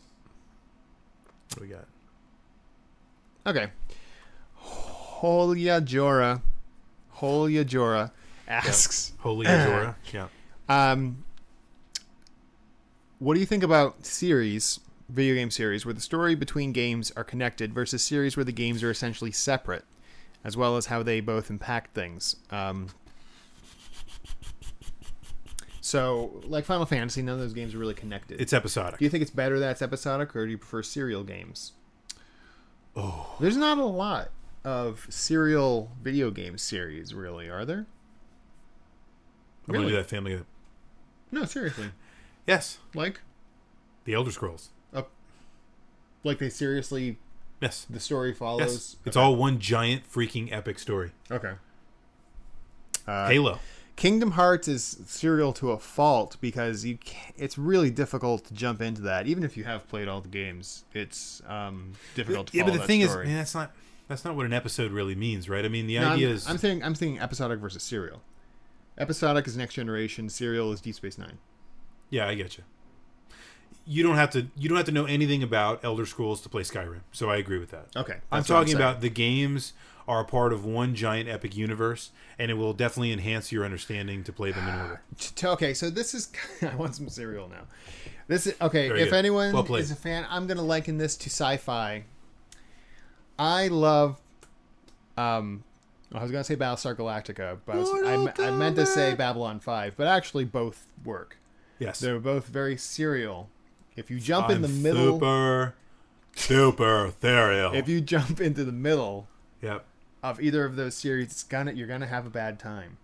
What do we got? Okay. Holia Jora. Holia Jora asks, Holy <clears throat> Azora. yeah. um, what do you think about series, video game series, where the story between games are connected versus series where the games are essentially separate? as well as how they both impact things. Um, so, like Final Fantasy, none of those games are really connected. It's episodic. do you think it's better that it's episodic, or do you prefer serial games? Oh, there's not a lot of serial video game series, really, are there? I'm gonna Really? do that family. No, seriously. Yes, Like, The Elder Scrolls. up, like they seriously, Yes, the story yes. follows. It's all one giant freaking epic story. Okay. Uh, Halo. Kingdom Hearts is serial to a fault because you can it's really difficult to jump into that. Even if you have played all the games, it's um, difficult to Yeah, follow but the that thing story. is, man, that's not that's not what an episode really means, right? I mean, the No, idea I'm, is I'm saying I'm thinking episodic versus serial. Episodic is Next Generation. Serial is Deep Space Nine. Yeah, I get you. You don't have to. You don't have to know anything about Elder Scrolls to play Skyrim. So I agree with that. Okay, I'm Oh, that's what talking saying. about the games are a part of one giant epic universe, and it will definitely enhance your understanding to play them in <sighs> order. T- t- Okay, so this is. <laughs> I want some cereal now. This is okay. Very if good. anyone Well played. is a fan, I'm gonna liken this to sci-fi. I love. Um, I was gonna say Battlestar Galactica, but I, was, I, me- I meant to say Babylon Five, but actually both work. Yes, They're both very serial. If you jump in I'm the middle, super, super ethereal. if you jump into the middle yep. of either of those series, it's gonna you're gonna have a bad time.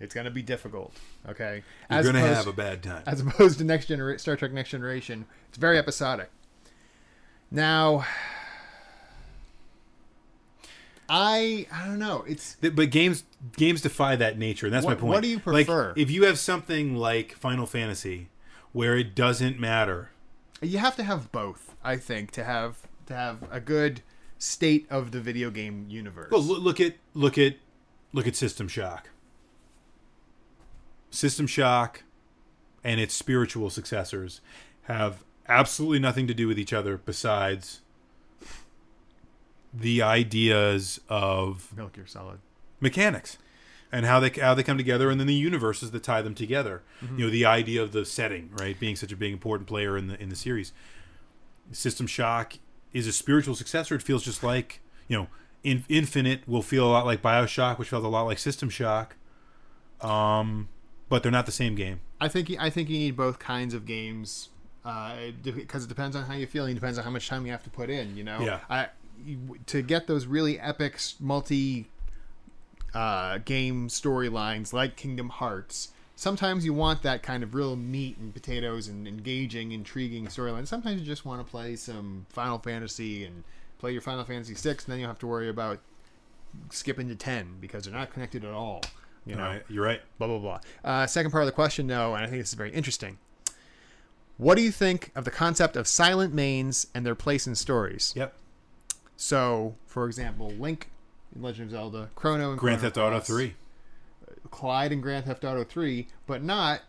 It's gonna be difficult. Okay, You're As gonna opposed- have a bad time. <laughs> as opposed to next generation Star Trek Next Generation. It's very episodic. Now, I I don't know. It's Th- But games games defy that nature, and that's What- my point. what do you Like, prefer? if you have something like Final Fantasy, where it doesn't matter you have to have both. I think to have to have a good state of the video game universe. Well, loo- look at look at look at System Shock. System Shock and its spiritual successors have absolutely nothing to do with each other besides the ideas of Milk Gear Solid. mechanics and how they how they come together and then the universes that tie them together Mm-hmm. you know the idea of the setting right being such a big important player in the in the series system shock is a spiritual successor it feels just like you know in, infinite will feel a lot like bioshock which felt a lot like system shock um but they're not the same game I think you- I think you need both kinds of games because it depends on how you feel. and It depends on how much time you have to put in. You know, Yeah. I you- to get those really epic s- multi uh, game storylines like Kingdom Hearts. Sometimes you want that kind of real meat and potatoes and engaging, intriguing storyline. Sometimes you just want to play some Final Fantasy and play your Final Fantasy six, and then you have to worry about skipping to ten because they're not connected at all. You know, Alright, you're right blah blah blah. Uh, second part of the question, though, and I think this is very interesting. What do you think of the concept of silent mains and their place in stories? yep So, for example, Link in Legend of Zelda, Chrono and grand theft auto 3 Clyde in Grand Theft Auto Three, but not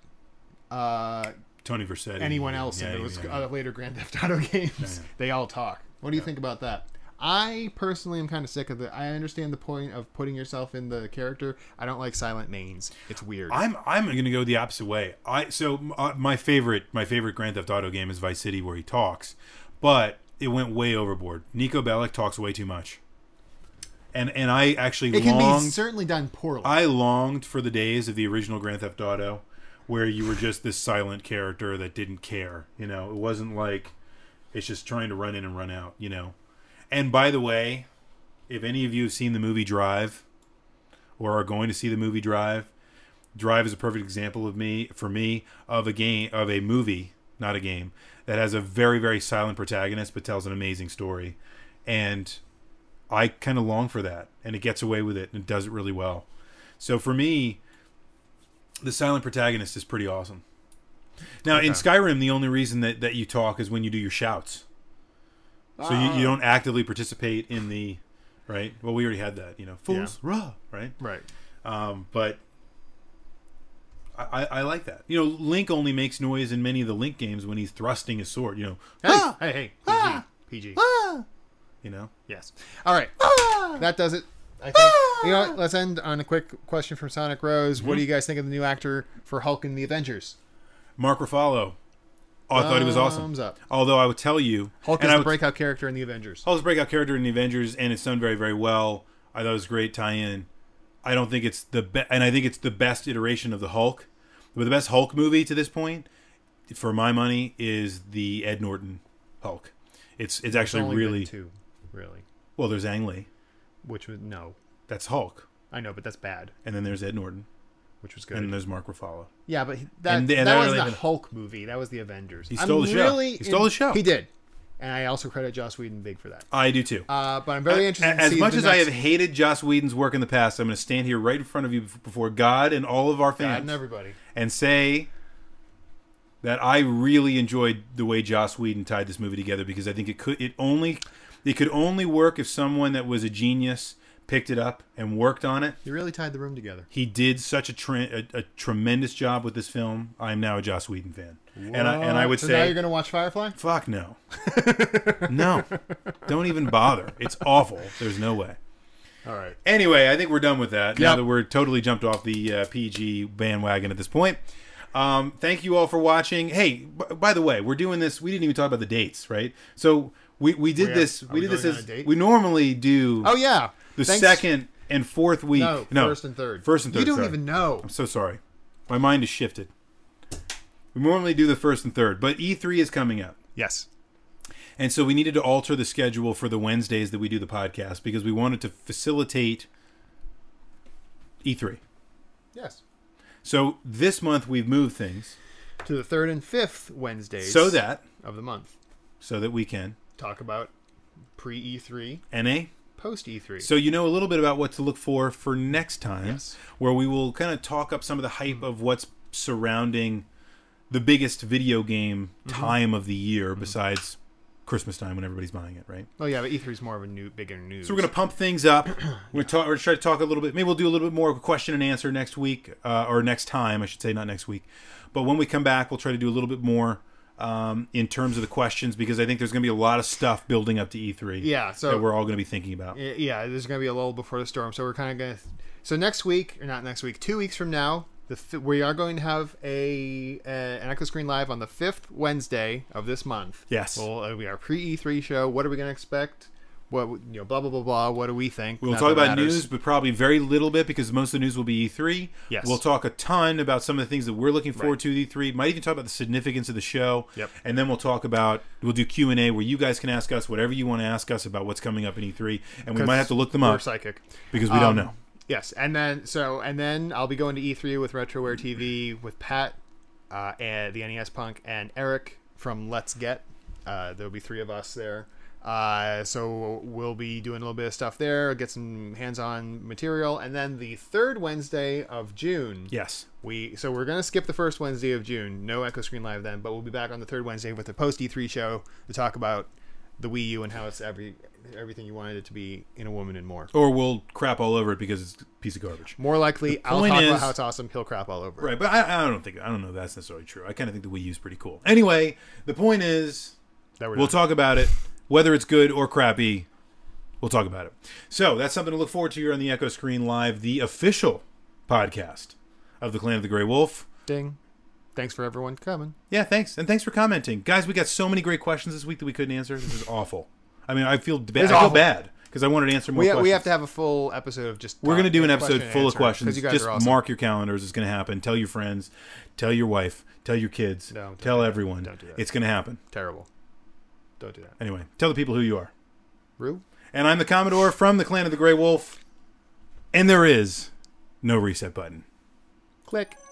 uh, tony versetti anyone else Yeah, in yeah, those yeah. uh, later Grand Theft Auto <laughs> games. yeah. They all talk. What do you think about that? I personally am kind of sick of the. I understand the point of putting yourself in the character. I don't like silent mains. It's weird. I'm I'm going to go the opposite way. I so m- uh, my favorite my favorite Grand Theft Auto game is Vice City where he talks, but it went way overboard. Nico Bellic talks way too much, and and I actually it can longed be certainly done poorly. I longed for the days of the original Grand Theft Auto where you were just this silent character that didn't care. You know, it wasn't like it's just trying to run in and run out. You know, and by the way, if any of you have seen the movie Drive or are going to see the movie Drive, Drive is a perfect example of me for me of a game of a movie, not a game, that has a very very silent protagonist but tells an amazing story, and I kind of long for that, and it gets away with it and does it really well. So for me, the silent protagonist is pretty awesome. Now in Skyrim, the only reason that, that you talk is when you do your shouts. So you, you don't actively participate in the right. Well, we already had that, you know, fools rah, right? right. Um, but I, I, I like that. You know, Link only makes noise in many of the Link games when he's thrusting his sword. You know, Hey, hey, hey, PG, Ah! PG. you know. Yes. All right. Ah! That does it. I think. You know what? Let's end on a quick question from Sonic Rose. What do you Mm-hmm. guys think of the new actor for Hulk in the Avengers? Mark Ruffalo. Oh, I thought he was awesome. Thumbs up. Although I would tell you, Hulk and is I the would, breakout character in the Avengers. Hulk's breakout character in the Avengers, and it's done very, very well. I thought it was a great tie-in. I don't think it's the best, and I think it's the best iteration of the Hulk. But the best Hulk movie to this point, for my money, is the Ed Norton Hulk. It's it's actually only been really two, really. well. There's Ang Lee, Which was no, that's Hulk, I know, but that's bad. and then there's Ed Norton, Which was and good. then there's Mark Ruffalo. yeah, but he- that and they're that not was really the gonna- Hulk movie. That was the Avengers. He stole I'm the show. Really He stole the show. He did, and I also credit Joss Whedon big for that. I do too. Uh, but I'm very interested. as to see much the as I next- have hated Joss Whedon's work in the past, I'm going to stand here right in front of you before God and all of our fans and everybody. and say that I really enjoyed the way Joss Whedon tied this movie together because I think it could it only it could only work if someone that was a genius picked it up and worked on it. He really tied the room together. He did such a, tre- a, a tremendous job with this film. I am now a Joss Whedon fan, Uh, and I and I would so say now you're going to watch Firefly. <laughs> Fuck no. no. Don't even bother. It's awful. There's no way. All right. Anyway, I think we're done with that. Now Yep. that we're totally jumped off the uh, PG bandwagon at this point. Um, thank you all for watching. Hey, b- by the way, we're doing this. We didn't even talk about the dates, right? So we, we did We are- this. are We we did this going on as a date? we normally do Oh yeah. the Thanks- second and fourth week. No, first and third. First and third. You don't sorry. even know. I'm so sorry. My mind is shifted. We normally do the first and third, but E3 is coming up. Yes. And so we needed to alter the schedule for the Wednesdays that we do the podcast because we wanted to facilitate E3. Yes. So this month we've moved things To the third and fifth Wednesdays. so that of the month. so that we can Talk about pre E3, NA. post E3. So you know a little bit about what to look for for next time Yes. where we will kind of talk up some of the hype of what's surrounding the biggest video game time of the year besides Christmas time when everybody's buying it, right? oh yeah, but E3 is more of a new, bigger news. So we're gonna pump things up. <clears throat> We're gonna talk. We're gonna try to talk a little bit. Maybe we'll do a little bit more of a question and answer next week, uh, or next time, I should say, not next week. But when we come back, we'll try to do a little bit more um, in terms of the questions because I think there's gonna be a lot of stuff building up to <laughs> E3. Yeah, so- that we're all gonna be thinking about. Y- Yeah, there's going to be a lull before the storm. So we're kind of going to. So next week, or not next week, two weeks from now, the f- we are going to have a uh, an Echo Screen Live on the fifth Wednesday of this month. Yes. Well, uh, it'll be our pre E3 show. What are we going to expect? What you know, blah blah blah blah. What do we think? We'll Not talk that about matters. news, but probably very little bit because most of the news will be E3. Yes. We'll talk a ton about some of the things that we're looking forward Right. to at E3. Might even talk about the significance of the show. Yep. And then we'll talk about we'll do Q and A where you guys can ask us whatever you want to ask us about what's coming up in E3, and we might have to look them We're up psychic. because we Um, don't know. Yes, and then so and then I'll be going to E3 with Retroware TV with Pat, uh, and the NES Punk, and Eric from Let's Get. Uh, there'll be three of us there. Uh, so we'll be doing a little bit of stuff there, get some hands-on material, and then the third Wednesday of June. Yes. We so we're gonna skip the first Wednesday of June. No Echo Screen Live then, but we'll be back on the third Wednesday with the post E3 show to talk about the Wii U and how it's every everything you wanted it to be in a woman and more. Or we'll crap all over it because it's a piece of garbage. More likely, I'll point talk is- about how it's awesome. He'll crap all over. it. Right, but I, I don't think I don't know if that's necessarily true. I kind of think the Wii U's pretty cool. Anyway, the point is That we're We'll done. talk about it, whether it's good or crappy. We'll talk about it. So that's something to look forward to here on the Echo Screen Live, the official podcast of the Clan of the Grey Wolf. Ding. Thanks for everyone coming. Yeah, thanks, and thanks for commenting, guys. We got so many great questions this week that we couldn't answer. This is awful. I mean, I feel ba- I It's feel awful. bad because I wanted to answer more. We, ha- questions. we have to have a full episode of just. We're going to do an question episode and full of answer, 'cause questions. You guys Just are awesome. mark your calendars. It's going to happen. Tell your friends. Tell your wife. Tell your kids. No, don't tell do that. everyone. Don't do that. It's going to happen. terrible. Don't do that, Anyway, tell the people who you are. Rue. And I'm the Commodore from the Clan of the Grey Wolf. And there is no reset button. Click.